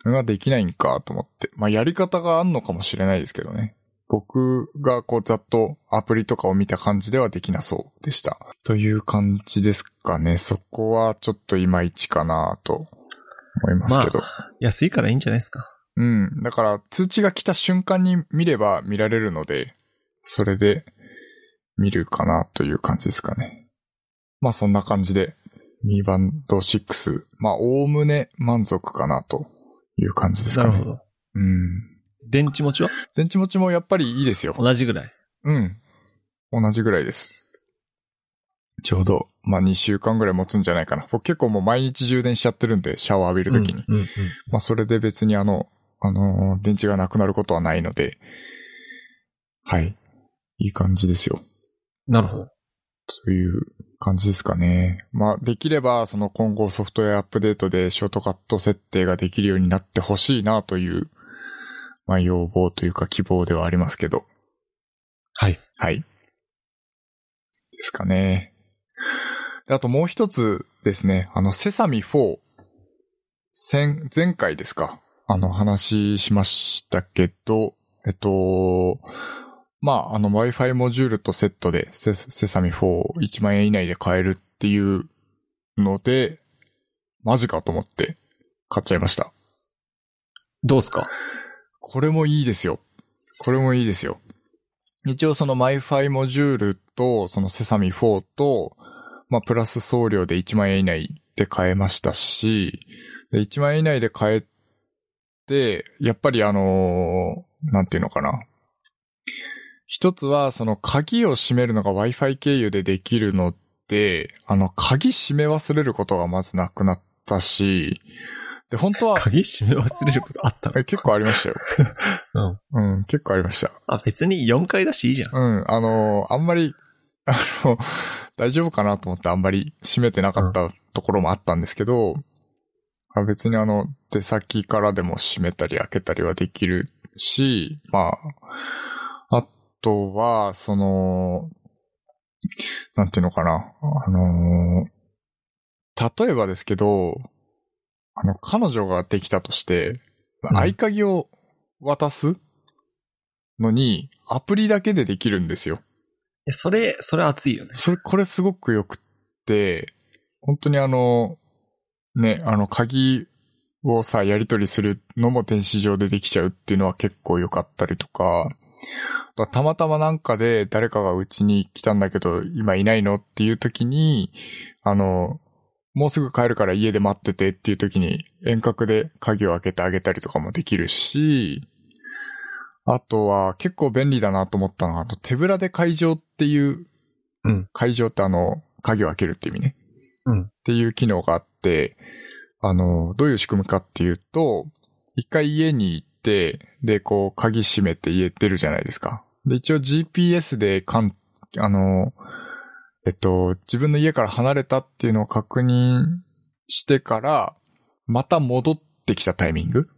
Speaker 2: それができないんかと思って。まあ、やり方があんのかもしれないですけどね。僕がこうざっとアプリとかを見た感じではできなそうでした。という感じですかね。そこはちょっといまいちかなと思いますけど。
Speaker 1: 安いからいいんじゃないですか。
Speaker 2: うん。だから、通知が来た瞬間に見れば見られるので、それで見るかなという感じですかね。まあそんな感じで、ミバンド6、まあおおむね満足かなという感じです
Speaker 1: な
Speaker 2: か
Speaker 1: る
Speaker 2: ね。
Speaker 1: ほど。
Speaker 2: うん。
Speaker 1: 電池持ちは
Speaker 2: 電池持ちもやっぱりいいですよ。
Speaker 1: 同じぐらい。
Speaker 2: うん。同じぐらいです。ちょうど、まあ2週間ぐらい持つんじゃないかな。僕結構もう毎日充電しちゃってるんで、シャワー浴びるときに。
Speaker 1: うんうんうん
Speaker 2: まあ、それで別にあの、あのー電池がなくなることはないので、はい。いい感じですよ。
Speaker 1: なるほど。
Speaker 2: そういう感じですかね。まあ、できれば、その今後ソフトウェアアップデートでショートカット設定ができるようになってほしいなという、まあ、要望というか希望ではありますけど、
Speaker 1: はい。
Speaker 2: はい。ですかね。であともう一つですね、あの、セサミ4。先、前回ですか。あの、話しましたけど、えっと、まあ、あの、Wi-Fi モジュールとセットでセ、セサミ4を1万円以内で買えるっていうので、マジかと思って買っちゃいました。
Speaker 1: どうすか
Speaker 2: これもいいですよ。これもいいですよ。一応その MiFi モジュールと、そのセサミ4と、まあ、プラス送料で1万円以内で買えましたし、で1万円以内で買えて、やっぱりあのーなんていうのかな。一つは、その鍵を閉めるのが Wi-Fi 経由でできるので、あの、鍵閉め忘れることがまずなくなったし、で、本当は、
Speaker 1: 鍵閉め忘れることあったの
Speaker 2: え結構ありましたよ。 [LAUGHS] うん、結構ありました。
Speaker 1: あ、別に4回だしいいじゃん。
Speaker 2: うん、あのーあんまり、あの、 [LAUGHS] 大丈夫かなと思ってあんまり閉めてなかったところもあったんですけど、あ別にあの、出先からでも閉めたり開けたりはできるし、まあ、あとは、その、なんていうのかな、あのー例えばですけど、あの、彼女ができたとして、
Speaker 1: ん
Speaker 2: 合鍵を渡すのに、アプリだけでできるんですよ。
Speaker 1: えそれ、それ熱いよね。
Speaker 2: それ、これすごく良くって、本当にあの、ね、あの、鍵をさ、やり取りするのも電子上でできちゃうっていうのは結構良かったりとか、あとはたまたまなんかで誰かがうちに来たんだけど、今いないのっていう時に、あの、もうすぐ帰るから家で待っててっていう時に遠隔で鍵を開けてあげたりとかもできるし、あとは結構便利だなと思ったのが、あと手ぶらで会場っていう会場ってあの、鍵を開けるっていう意味ね。
Speaker 1: うん
Speaker 2: っていう機能があって、あの、どういう仕組みかっていうと、一回家に行って、で、こう、鍵閉めて家出るじゃないですか。で、一応 GPS でかん、あの、えっと、自分の家から離れたっていうのを確認してから、また戻ってきたタイミング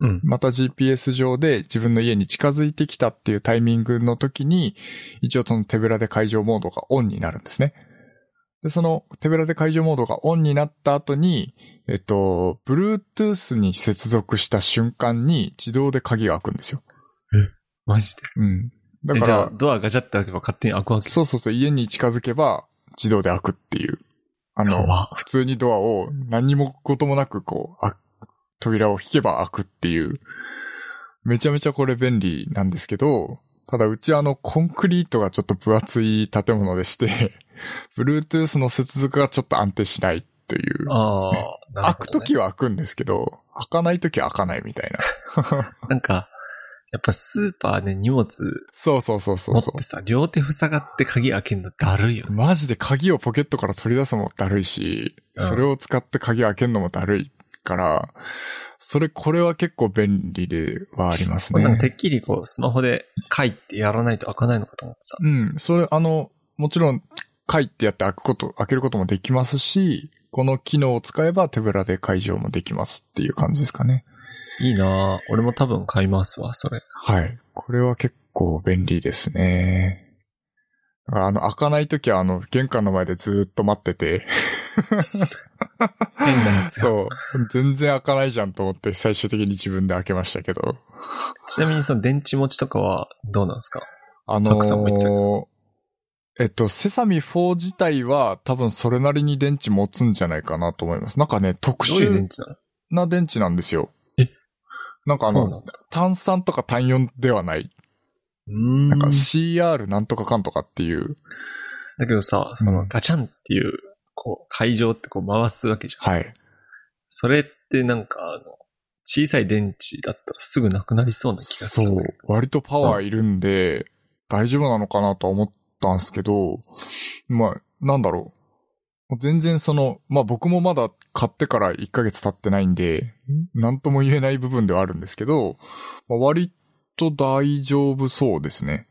Speaker 1: うん。
Speaker 2: また GPS 上で自分の家に近づいてきたっていうタイミングの時に、一応その手ぶらで解除モードがオンになるんですね。で、その手ぶらで解除モードがオンになった後に、えっと、Bluetooth に接続した瞬間に自動で鍵が開くんですよ。
Speaker 1: マジで。
Speaker 2: うん。だ
Speaker 1: え
Speaker 2: か
Speaker 1: じゃあ
Speaker 2: ら、、
Speaker 1: ドアガチャって開けば勝手に開くわけ。
Speaker 2: そうそうそう、家に近づけば自動で開くっていう。あ
Speaker 1: や
Speaker 2: の、
Speaker 1: ば
Speaker 2: 普通にドアを何にもこともなくこう、あ扉を引けば開くっていうめちゃめちゃこれ便利なんですけど、ただうちはあのコンクリートがちょっと分厚い建物でして、Bluetooth の接続がちょっと安定しないという
Speaker 1: あ
Speaker 2: です
Speaker 1: あ、
Speaker 2: ね。
Speaker 1: なる
Speaker 2: 開
Speaker 1: ほ
Speaker 2: く
Speaker 1: ど
Speaker 2: と
Speaker 1: ね
Speaker 2: きは開くんですけど、開かないときは開かないみたいな。
Speaker 1: なんか、やっぱスーパーで荷物
Speaker 2: そうそうそうそ
Speaker 1: 持
Speaker 2: う
Speaker 1: っ
Speaker 2: そ
Speaker 1: てさ、両手塞がって鍵開けるのだるいよ
Speaker 2: う。
Speaker 1: ね。
Speaker 2: マジで鍵をポケットから取り出すのもだるいし、
Speaker 1: うん
Speaker 2: それを使って鍵開けるのもだるいから、それ、これは結構便利ではあります
Speaker 1: これなん
Speaker 2: ね
Speaker 1: か。てっきりこう、スマホで書いてやらないと開かないのかと思ってさ。
Speaker 2: うん、それ、あの、もちろん、書いてやって開くこと、開けることもできますし、この機能を使えば手ぶらで解錠もできますっていう感じですかね。
Speaker 1: いいなぁ。俺も多分買いますわ、それ。
Speaker 2: はい。これは結構便利ですね。だからあの、開かないときは、あの、玄関の前でずーっと待ってて、
Speaker 1: 変なやつが
Speaker 2: そう、 [LAUGHS] 全然開かないじゃんと思って、最終的に自分で開けましたけど。
Speaker 1: ちなみにその電池持ちとかはどうなんですか
Speaker 2: あの
Speaker 1: 白さんも言ってたけ
Speaker 2: ー、えっと、セサミ4自体は多分それなりに電池持つんじゃないかなと思います。なんかね、特
Speaker 1: どういう
Speaker 2: 殊
Speaker 1: 電池なの
Speaker 2: な電池なんですよ。
Speaker 1: え
Speaker 2: なんかあ
Speaker 1: そう
Speaker 2: の、
Speaker 1: なんだ。
Speaker 2: 単酸とか単4ではない。
Speaker 1: うーん。
Speaker 2: なんか CR なんとかかんとかっていう。
Speaker 1: だけどさ、そうの
Speaker 2: ん
Speaker 1: ガチャンっていう、こう、会場ってこう回すわけじゃん。
Speaker 2: はい。
Speaker 1: それってなんか、あの、小さい電池だったらすぐなくなりそうな気がす
Speaker 2: そ
Speaker 1: る。
Speaker 2: う。。割とパワーいるんで、大丈夫なのかなとは思ったんですけど、まあ、なんだろう。全然その、まあ僕もまだ買ってから1ヶ月経ってないんで、なんとも言えない部分ではあるんですけど、まあ、割と大丈夫そうですね。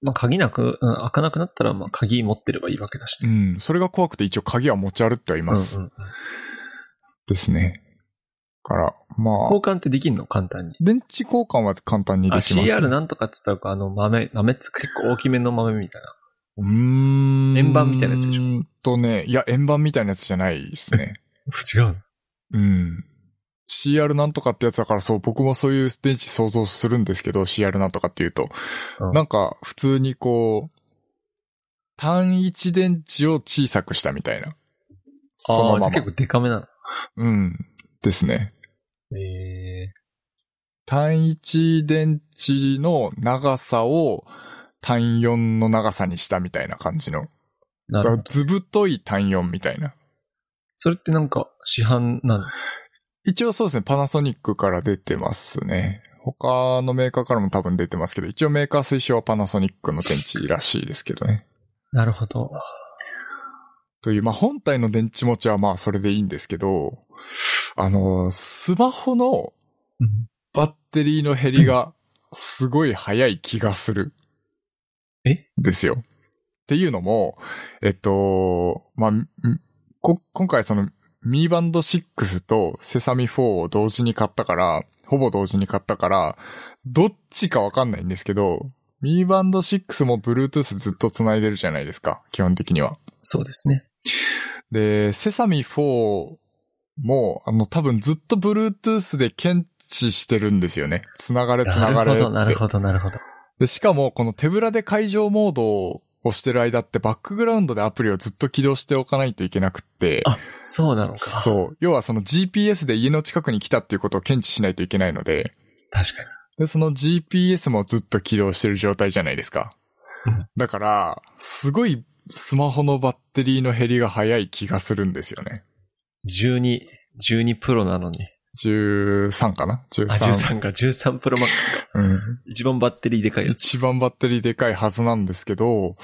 Speaker 1: まあ、鍵なく、うん、開かなくなったら、まあ、鍵持ってればいいわけだし
Speaker 2: う
Speaker 1: ね。
Speaker 2: ん。それが怖くて一応鍵は持ち歩いてはいます。
Speaker 1: うんうん
Speaker 2: ですね。から、まあ
Speaker 1: 交、換ってできんの簡単に。
Speaker 2: 電池交換は簡単にで
Speaker 1: あ、
Speaker 2: きます、ね。
Speaker 1: CR なんとかっつったら、あの、豆、豆っつうか結構大きめの豆みたいな。
Speaker 2: うーん。
Speaker 1: 円盤みたいなやつでしょ
Speaker 2: うーんとね、いや、円盤みたいなやつじゃないですね。
Speaker 1: 違う
Speaker 2: うん。CR なんとかってやつだからそう、僕もそういう電池想像するんですけど、CR なんとかっていうと。
Speaker 1: うん
Speaker 2: なんか、普通にこう、単一電池を小さくしたみたいな。そ
Speaker 1: あ
Speaker 2: の
Speaker 1: あ、じゃ
Speaker 2: ま
Speaker 1: あ結
Speaker 2: ま。
Speaker 1: 構デカめな
Speaker 2: うん。ですね。
Speaker 1: の。ええ
Speaker 2: 単一電池の長さを単4の長さにしたみたいな感じの。
Speaker 1: なる
Speaker 2: だか
Speaker 1: ほ
Speaker 2: ら
Speaker 1: ど。
Speaker 2: ずぶとい単4みたいな。
Speaker 1: それってなんか、市販なの
Speaker 2: 一応そうですね、パナソニックから出てますね。他のメーカーからも多分出てますけど、一応メーカー推奨はパナソニックの電池らしいですけどね。
Speaker 1: なるほど。
Speaker 2: という、まあ本体の電池持ちはまあそれでいいんですけど、あの、スマホの
Speaker 1: うん
Speaker 2: バッテリーの減りがすごい早い気がする。
Speaker 1: え
Speaker 2: ですよ。っていうのも、えっと、まあ、んこ今回その、ミーバンド6とセサミ4を同時に買ったから、ほぼ同時に買ったから、どっちかわかんないんですけど、ミーバンド6も Bluetooth ずっと繋いでるじゃないですか、基本的には。
Speaker 1: そうですね。
Speaker 2: で、セサミ4も、あの、多分ずっと Bluetooth で検知してるんですよね。繋がれ、繋がれって。
Speaker 1: なるほど、なるほど、なるほど。
Speaker 2: で、しかも、この手ぶらで解錠モードをしてる間って、バックグラウンドでアプリをずっと起動しておかないといけなくって、
Speaker 1: あそうなのか。
Speaker 2: そう。要はその GPS で家の近くに来たっていうことを検知しないといけないので、
Speaker 1: 確かに。
Speaker 2: で、その GPS もずっと起動してる状態じゃないですか
Speaker 1: うん。
Speaker 2: だから、すごいスマホのバッテリーの減りが早い気がするんですよね。
Speaker 1: 12、12プロなのに。
Speaker 2: 13かな ?13。
Speaker 1: あ、13か、13プロマックスか。
Speaker 2: うん。
Speaker 1: 一番バッテリーでかいやつ。
Speaker 2: 一番バッテリーでかいはずなんですけど、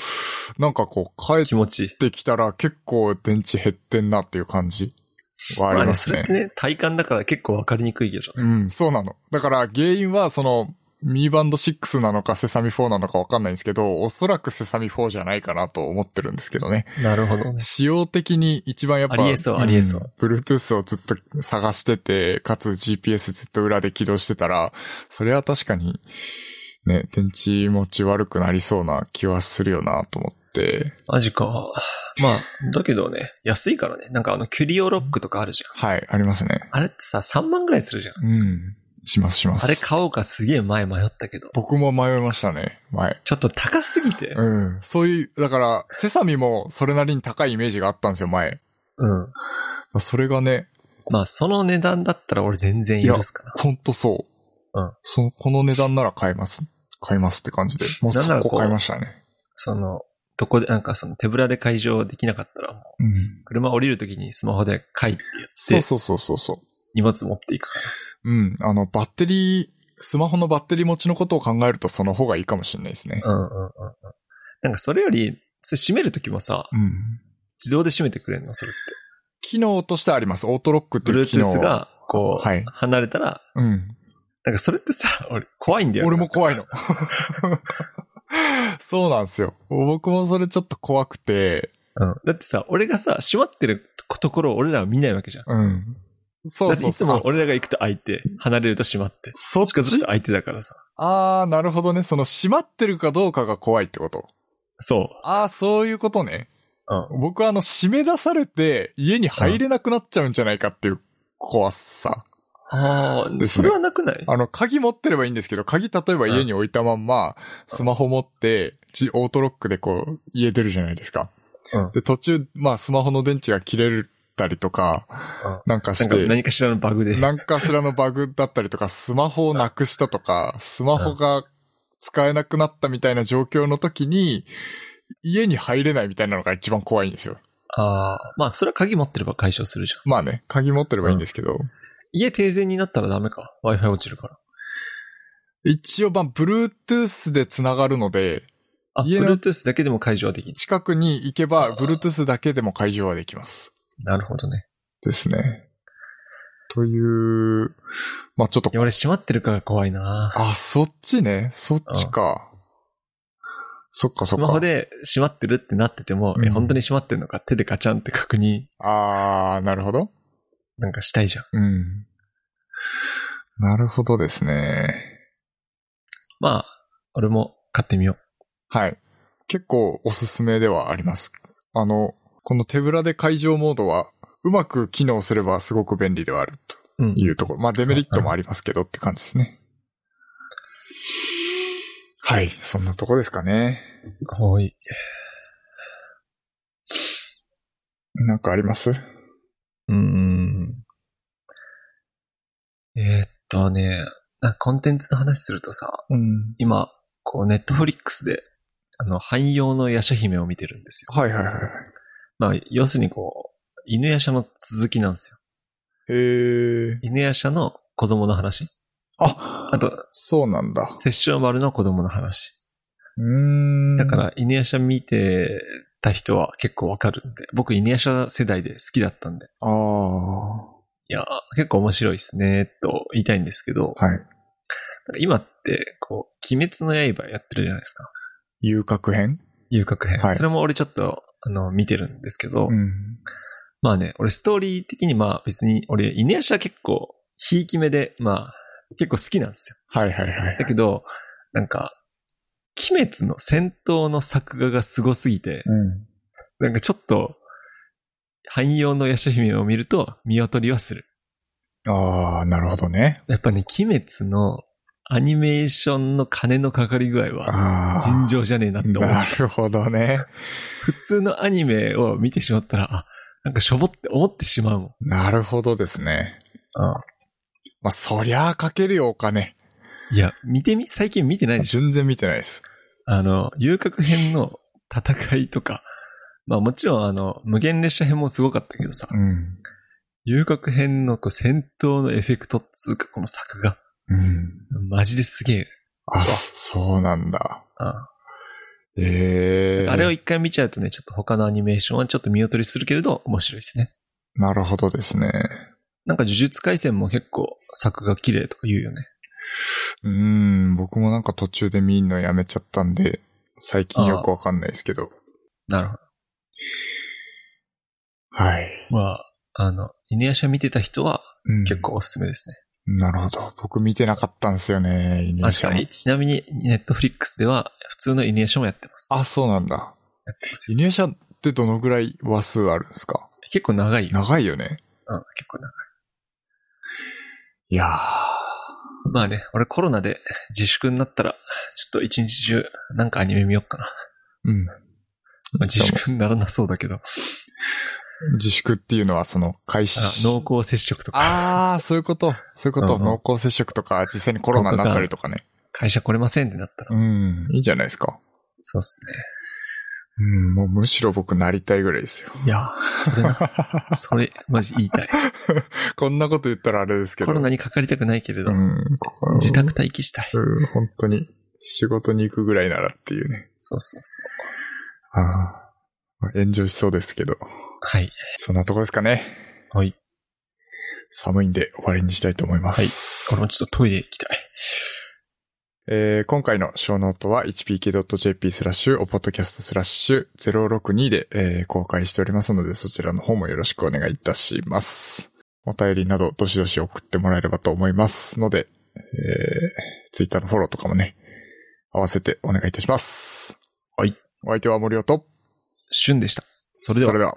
Speaker 2: なんかこう、帰
Speaker 1: 気持ちいい。
Speaker 2: ってきたら結構電池減ってんなっていう感じはあります
Speaker 1: まあ
Speaker 2: ね
Speaker 1: ね。それってね、体感だから結構わかりにくいけどね。
Speaker 2: うん、そうなの。だから原因はその、ミーバンド6なのかセサミ4なのかわかんないんですけど、おそらくセサミ4じゃないかなと思ってるんですけどね。
Speaker 1: なるほどね。
Speaker 2: 仕様的に一番やっぱ。
Speaker 1: ありえそうんありえそう。
Speaker 2: Bluetooth をずっと探してて、かつ GPS ずっと裏で起動してたら、それは確かに、ね、電池持ち悪くなりそうな気はするよなと思って。
Speaker 1: マジか。まあ、だけどね、安いからね。なんかあの、キュリオロックとかあるじゃん。
Speaker 2: はい、ありますね。
Speaker 1: あれってさ、3万ぐらいするじゃん。
Speaker 2: うん。しますします。
Speaker 1: あれ買おうかすげえ前迷ったけど。
Speaker 2: 僕も迷いましたね、前。
Speaker 1: ちょっと高すぎて。
Speaker 2: うん。そういう、だから、セサミもそれなりに高いイメージがあったんですよ、前。
Speaker 1: うん。
Speaker 2: それがね、
Speaker 1: まあ、その値段だったら俺全然許すかな。
Speaker 2: ほんとそう。
Speaker 1: うん
Speaker 2: その、この値段なら買えます。買いますって感じで。もう
Speaker 1: なんな
Speaker 2: そ
Speaker 1: らこう
Speaker 2: こ買いましたね。
Speaker 1: その、どこで、なんかその手ぶらで解錠できなかったら、もう
Speaker 2: うん。
Speaker 1: 車降りるときにスマホで書いて
Speaker 2: そ
Speaker 1: 言っ
Speaker 2: う
Speaker 1: て、
Speaker 2: そうそうそうそう。
Speaker 1: 荷物持っていくか
Speaker 2: うん。あの、バッテリー、スマホのバッテリー持ちのことを考えるとその方がいいかもしれないですね
Speaker 1: ら。。うんうんうんうん。なんかそれより、それ閉めるときもさ、
Speaker 2: うん。
Speaker 1: 自動で閉めてくれるの、それって。
Speaker 2: 機能としてあります。オートロックっていう機能。
Speaker 1: Bluetooth が、こう、
Speaker 2: はい
Speaker 1: 離れたら、
Speaker 2: うん。
Speaker 1: なんかそれってさ、俺、怖いんだよね。
Speaker 2: 俺も怖いの。 [LAUGHS] そうなんですよ。僕もそれちょっと怖くて、
Speaker 1: うん。だってさ、俺がさ、閉まってるところを俺らは見ないわけじゃん。
Speaker 2: うん。そうそ
Speaker 1: だ
Speaker 2: うそう。
Speaker 1: ってい
Speaker 2: あ
Speaker 1: つも俺らが行くと開いて、離れると閉まって。
Speaker 2: そっ
Speaker 1: しかもずっ
Speaker 2: ち
Speaker 1: と開いてたからさ。
Speaker 2: あー、なるほどね。その閉まってるかどうかが怖いってこと。
Speaker 1: そう。
Speaker 2: あー、そういうことね。
Speaker 1: う
Speaker 2: 僕はあの、締め出されて家に入れなくなっちゃうんじゃないかっていう怖さ。
Speaker 1: ああ、
Speaker 2: です
Speaker 1: そ
Speaker 2: ね
Speaker 1: れはなくない
Speaker 2: あの、鍵持ってればいいんですけど、鍵例えば家に置いたまんま、スマホ持って、じオートロックでこう、家出るじゃないですか。
Speaker 1: うん
Speaker 2: で、途中、まあ、スマホの電池が切れたりとか、なんか
Speaker 1: な
Speaker 2: し
Speaker 1: んか
Speaker 2: て、
Speaker 1: 何かしらのバグで。
Speaker 2: 何かしらのバグだったりとか、スマホをなくしたとか、スマホが使えなくなったみたいな状況の時に、家に入れないみたいなのが一番怖いんですよ。
Speaker 1: ああ、まあそれは鍵持ってれば解消するじゃん。
Speaker 2: まあね、鍵持ってればいいんですけど、
Speaker 1: 家停電になったらダメか。Wi-Fi 落ちるから。
Speaker 2: 一応、まあ、Bluetooth で繋がるので、
Speaker 1: あ、
Speaker 2: 家の
Speaker 1: Bluetooth だけでも解除はできる。
Speaker 2: 近くに行けば、Bluetooth だけでも解除はできます。
Speaker 1: なるほどね。
Speaker 2: ですね。という、まあちょっと
Speaker 1: い、や、俺閉まってるから怖いな
Speaker 2: あ、そっちね、そっちか。そっかそっ
Speaker 1: ス
Speaker 2: か。
Speaker 1: マホで閉まってるってなってても、
Speaker 2: うん
Speaker 1: え、本当に閉まってるのか手でガチャンって確認
Speaker 2: あー、なるほど。
Speaker 1: なんかしたいじゃん。
Speaker 2: うん。なるほどですね。
Speaker 1: まあ、俺も買ってみよう。
Speaker 2: はい。結構おすすめではあります。あの、この手ぶらで解錠モードは、うまく機能すればすごく便利ではあると
Speaker 1: うん。
Speaker 2: いうところ。まあデメリットもありますけどって感じですね。はい。そんなとこですかね。
Speaker 1: はい。
Speaker 2: なんかあります
Speaker 1: うーん。えーっとね、なんかコンテンツの話するとさ、
Speaker 2: うん。
Speaker 1: 今、こう、ネットフリックスで、あの、汎用のヤシャ姫を見てるんですよ。
Speaker 2: はいはいはい。
Speaker 1: まあ、要するにこう、犬ヤシャの続きなんですよ。
Speaker 2: えー。
Speaker 1: 犬ヤシャの子供の話。
Speaker 2: あ、
Speaker 1: あと、
Speaker 2: そうなんだ。
Speaker 1: セッション丸の子供の話。
Speaker 2: うーん。
Speaker 1: だか。ら、犬ヤシャ見てた人は結構わかるんで、僕犬ヤシャ世代で好きだったんで、
Speaker 2: ああ。
Speaker 1: いやー、結構面白いっすね、と言いたいんですけど、
Speaker 2: はい。
Speaker 1: なんか今って、こう、鬼滅の刃やってるじゃないですか。
Speaker 2: 遊郭編
Speaker 1: 遊郭編。
Speaker 2: はい
Speaker 1: それも俺ちょっと、あの、見てるんですけど、
Speaker 2: うん。
Speaker 1: まあね、俺ストーリー的にまあ別に、俺、犬足は結構、ひいき目で、まあ、結構好きなんですよ。
Speaker 2: はいはいはい
Speaker 1: だ。けど、なんか、鬼滅の戦闘の作画がすごすぎて、
Speaker 2: うん。
Speaker 1: なんかちょっと、汎用のヤシ姫を見ると見劣りはする。
Speaker 2: ああ、なるほどね。
Speaker 1: やっぱね、鬼滅のアニメーションの金のかかり具合は
Speaker 2: ああ。
Speaker 1: 尋常じゃねえなって思う。
Speaker 2: なるほどね。
Speaker 1: 普通のアニメを見てしまったら、あ、なんかしょぼって思ってしまうもん。
Speaker 2: なるほどですね。まあ、そりゃあかけるよ、お金。
Speaker 1: いや、見てみ、最近見てないでしょ
Speaker 2: 全然見てないです。
Speaker 1: あの、遊郭編の戦いとか、まあもちろんあの、無限列車編もすごかったけどさ、
Speaker 2: うん。
Speaker 1: 遊郭編のこう戦闘のエフェクトっつうか、この作画、
Speaker 2: うん。
Speaker 1: マジですげえ。
Speaker 2: あ、そうなんだ。
Speaker 1: あ
Speaker 2: ええ
Speaker 1: あれを一回見ちゃうとね、ちょっと他のアニメーションはちょっと見劣りするけれど、面白いですね。
Speaker 2: なるほどですね。
Speaker 1: なんか呪術廻戦も結構作画綺麗とか言うよね。
Speaker 2: うん、僕もなんか途中で見んのやめちゃったんで、最近よくわかんないですけど。
Speaker 1: なるほど。
Speaker 2: はい。
Speaker 1: まあ、あの、犬夜叉見てた人は
Speaker 2: うん
Speaker 1: 結構おすすめですね。
Speaker 2: なるほど。僕見てなかったんですよね、イニ
Speaker 1: あ
Speaker 2: シ
Speaker 1: ち
Speaker 2: ャ
Speaker 1: な
Speaker 2: も
Speaker 1: みに、ちなみにネットフリックスでは普通の犬夜叉もやってます。
Speaker 2: あ、そうなんだ。イニシャってどのぐらい話数あるんですか
Speaker 1: 結構長いよ。
Speaker 2: 長いよね。
Speaker 1: うん、結構長い
Speaker 2: いや
Speaker 1: まあね、俺コロナで自粛になったら、ちょっと一日中なんかアニメ見よっかな。
Speaker 2: うん。
Speaker 1: まあ自粛にならなそうだけど。
Speaker 2: 自粛っていうのはその開始。
Speaker 1: あ濃厚接触とか、
Speaker 2: ああ、そういうこと。そういうこと。
Speaker 1: うん
Speaker 2: 濃厚接触とか、実際にコロナになったりとかね。
Speaker 1: 会社来れませんってなったら。
Speaker 2: うん。いいじゃないですか。
Speaker 1: そうっすね。
Speaker 2: うん、もうむしろ僕なりたいぐらいですよ。 [LAUGHS]
Speaker 1: いや、それな、それ、マジ言いたい。
Speaker 2: こんなこと言ったらあれですけ
Speaker 1: コ
Speaker 2: ど。
Speaker 1: ロナにかかりたくないけれど、
Speaker 2: うん、ここ
Speaker 1: 自宅待機したい。
Speaker 2: うん、本当に仕事に行くぐらいならっていうね。
Speaker 1: そうそうそ
Speaker 2: ああ。炎上しそうですけど。
Speaker 1: う。はい。
Speaker 2: そんなとこですかね。
Speaker 1: はい。
Speaker 2: 寒いんで終わりにしたいと思います。
Speaker 1: 俺もちょっとトイレ行きたい。
Speaker 2: えー今回の小ノートは hpk.jp スラッシュ、おポッドキャストスラッシュ062で、えー公開しておりますので、そちらの方もよろしくお願いいたします。お便りなど、どしどし送ってもらえればと思いますので、えー、ツイッターのフォローとかもね、合わせてお願いいたします。
Speaker 1: はい。
Speaker 2: お相手は森尾と、
Speaker 1: 旬でした。それでは
Speaker 2: それでは。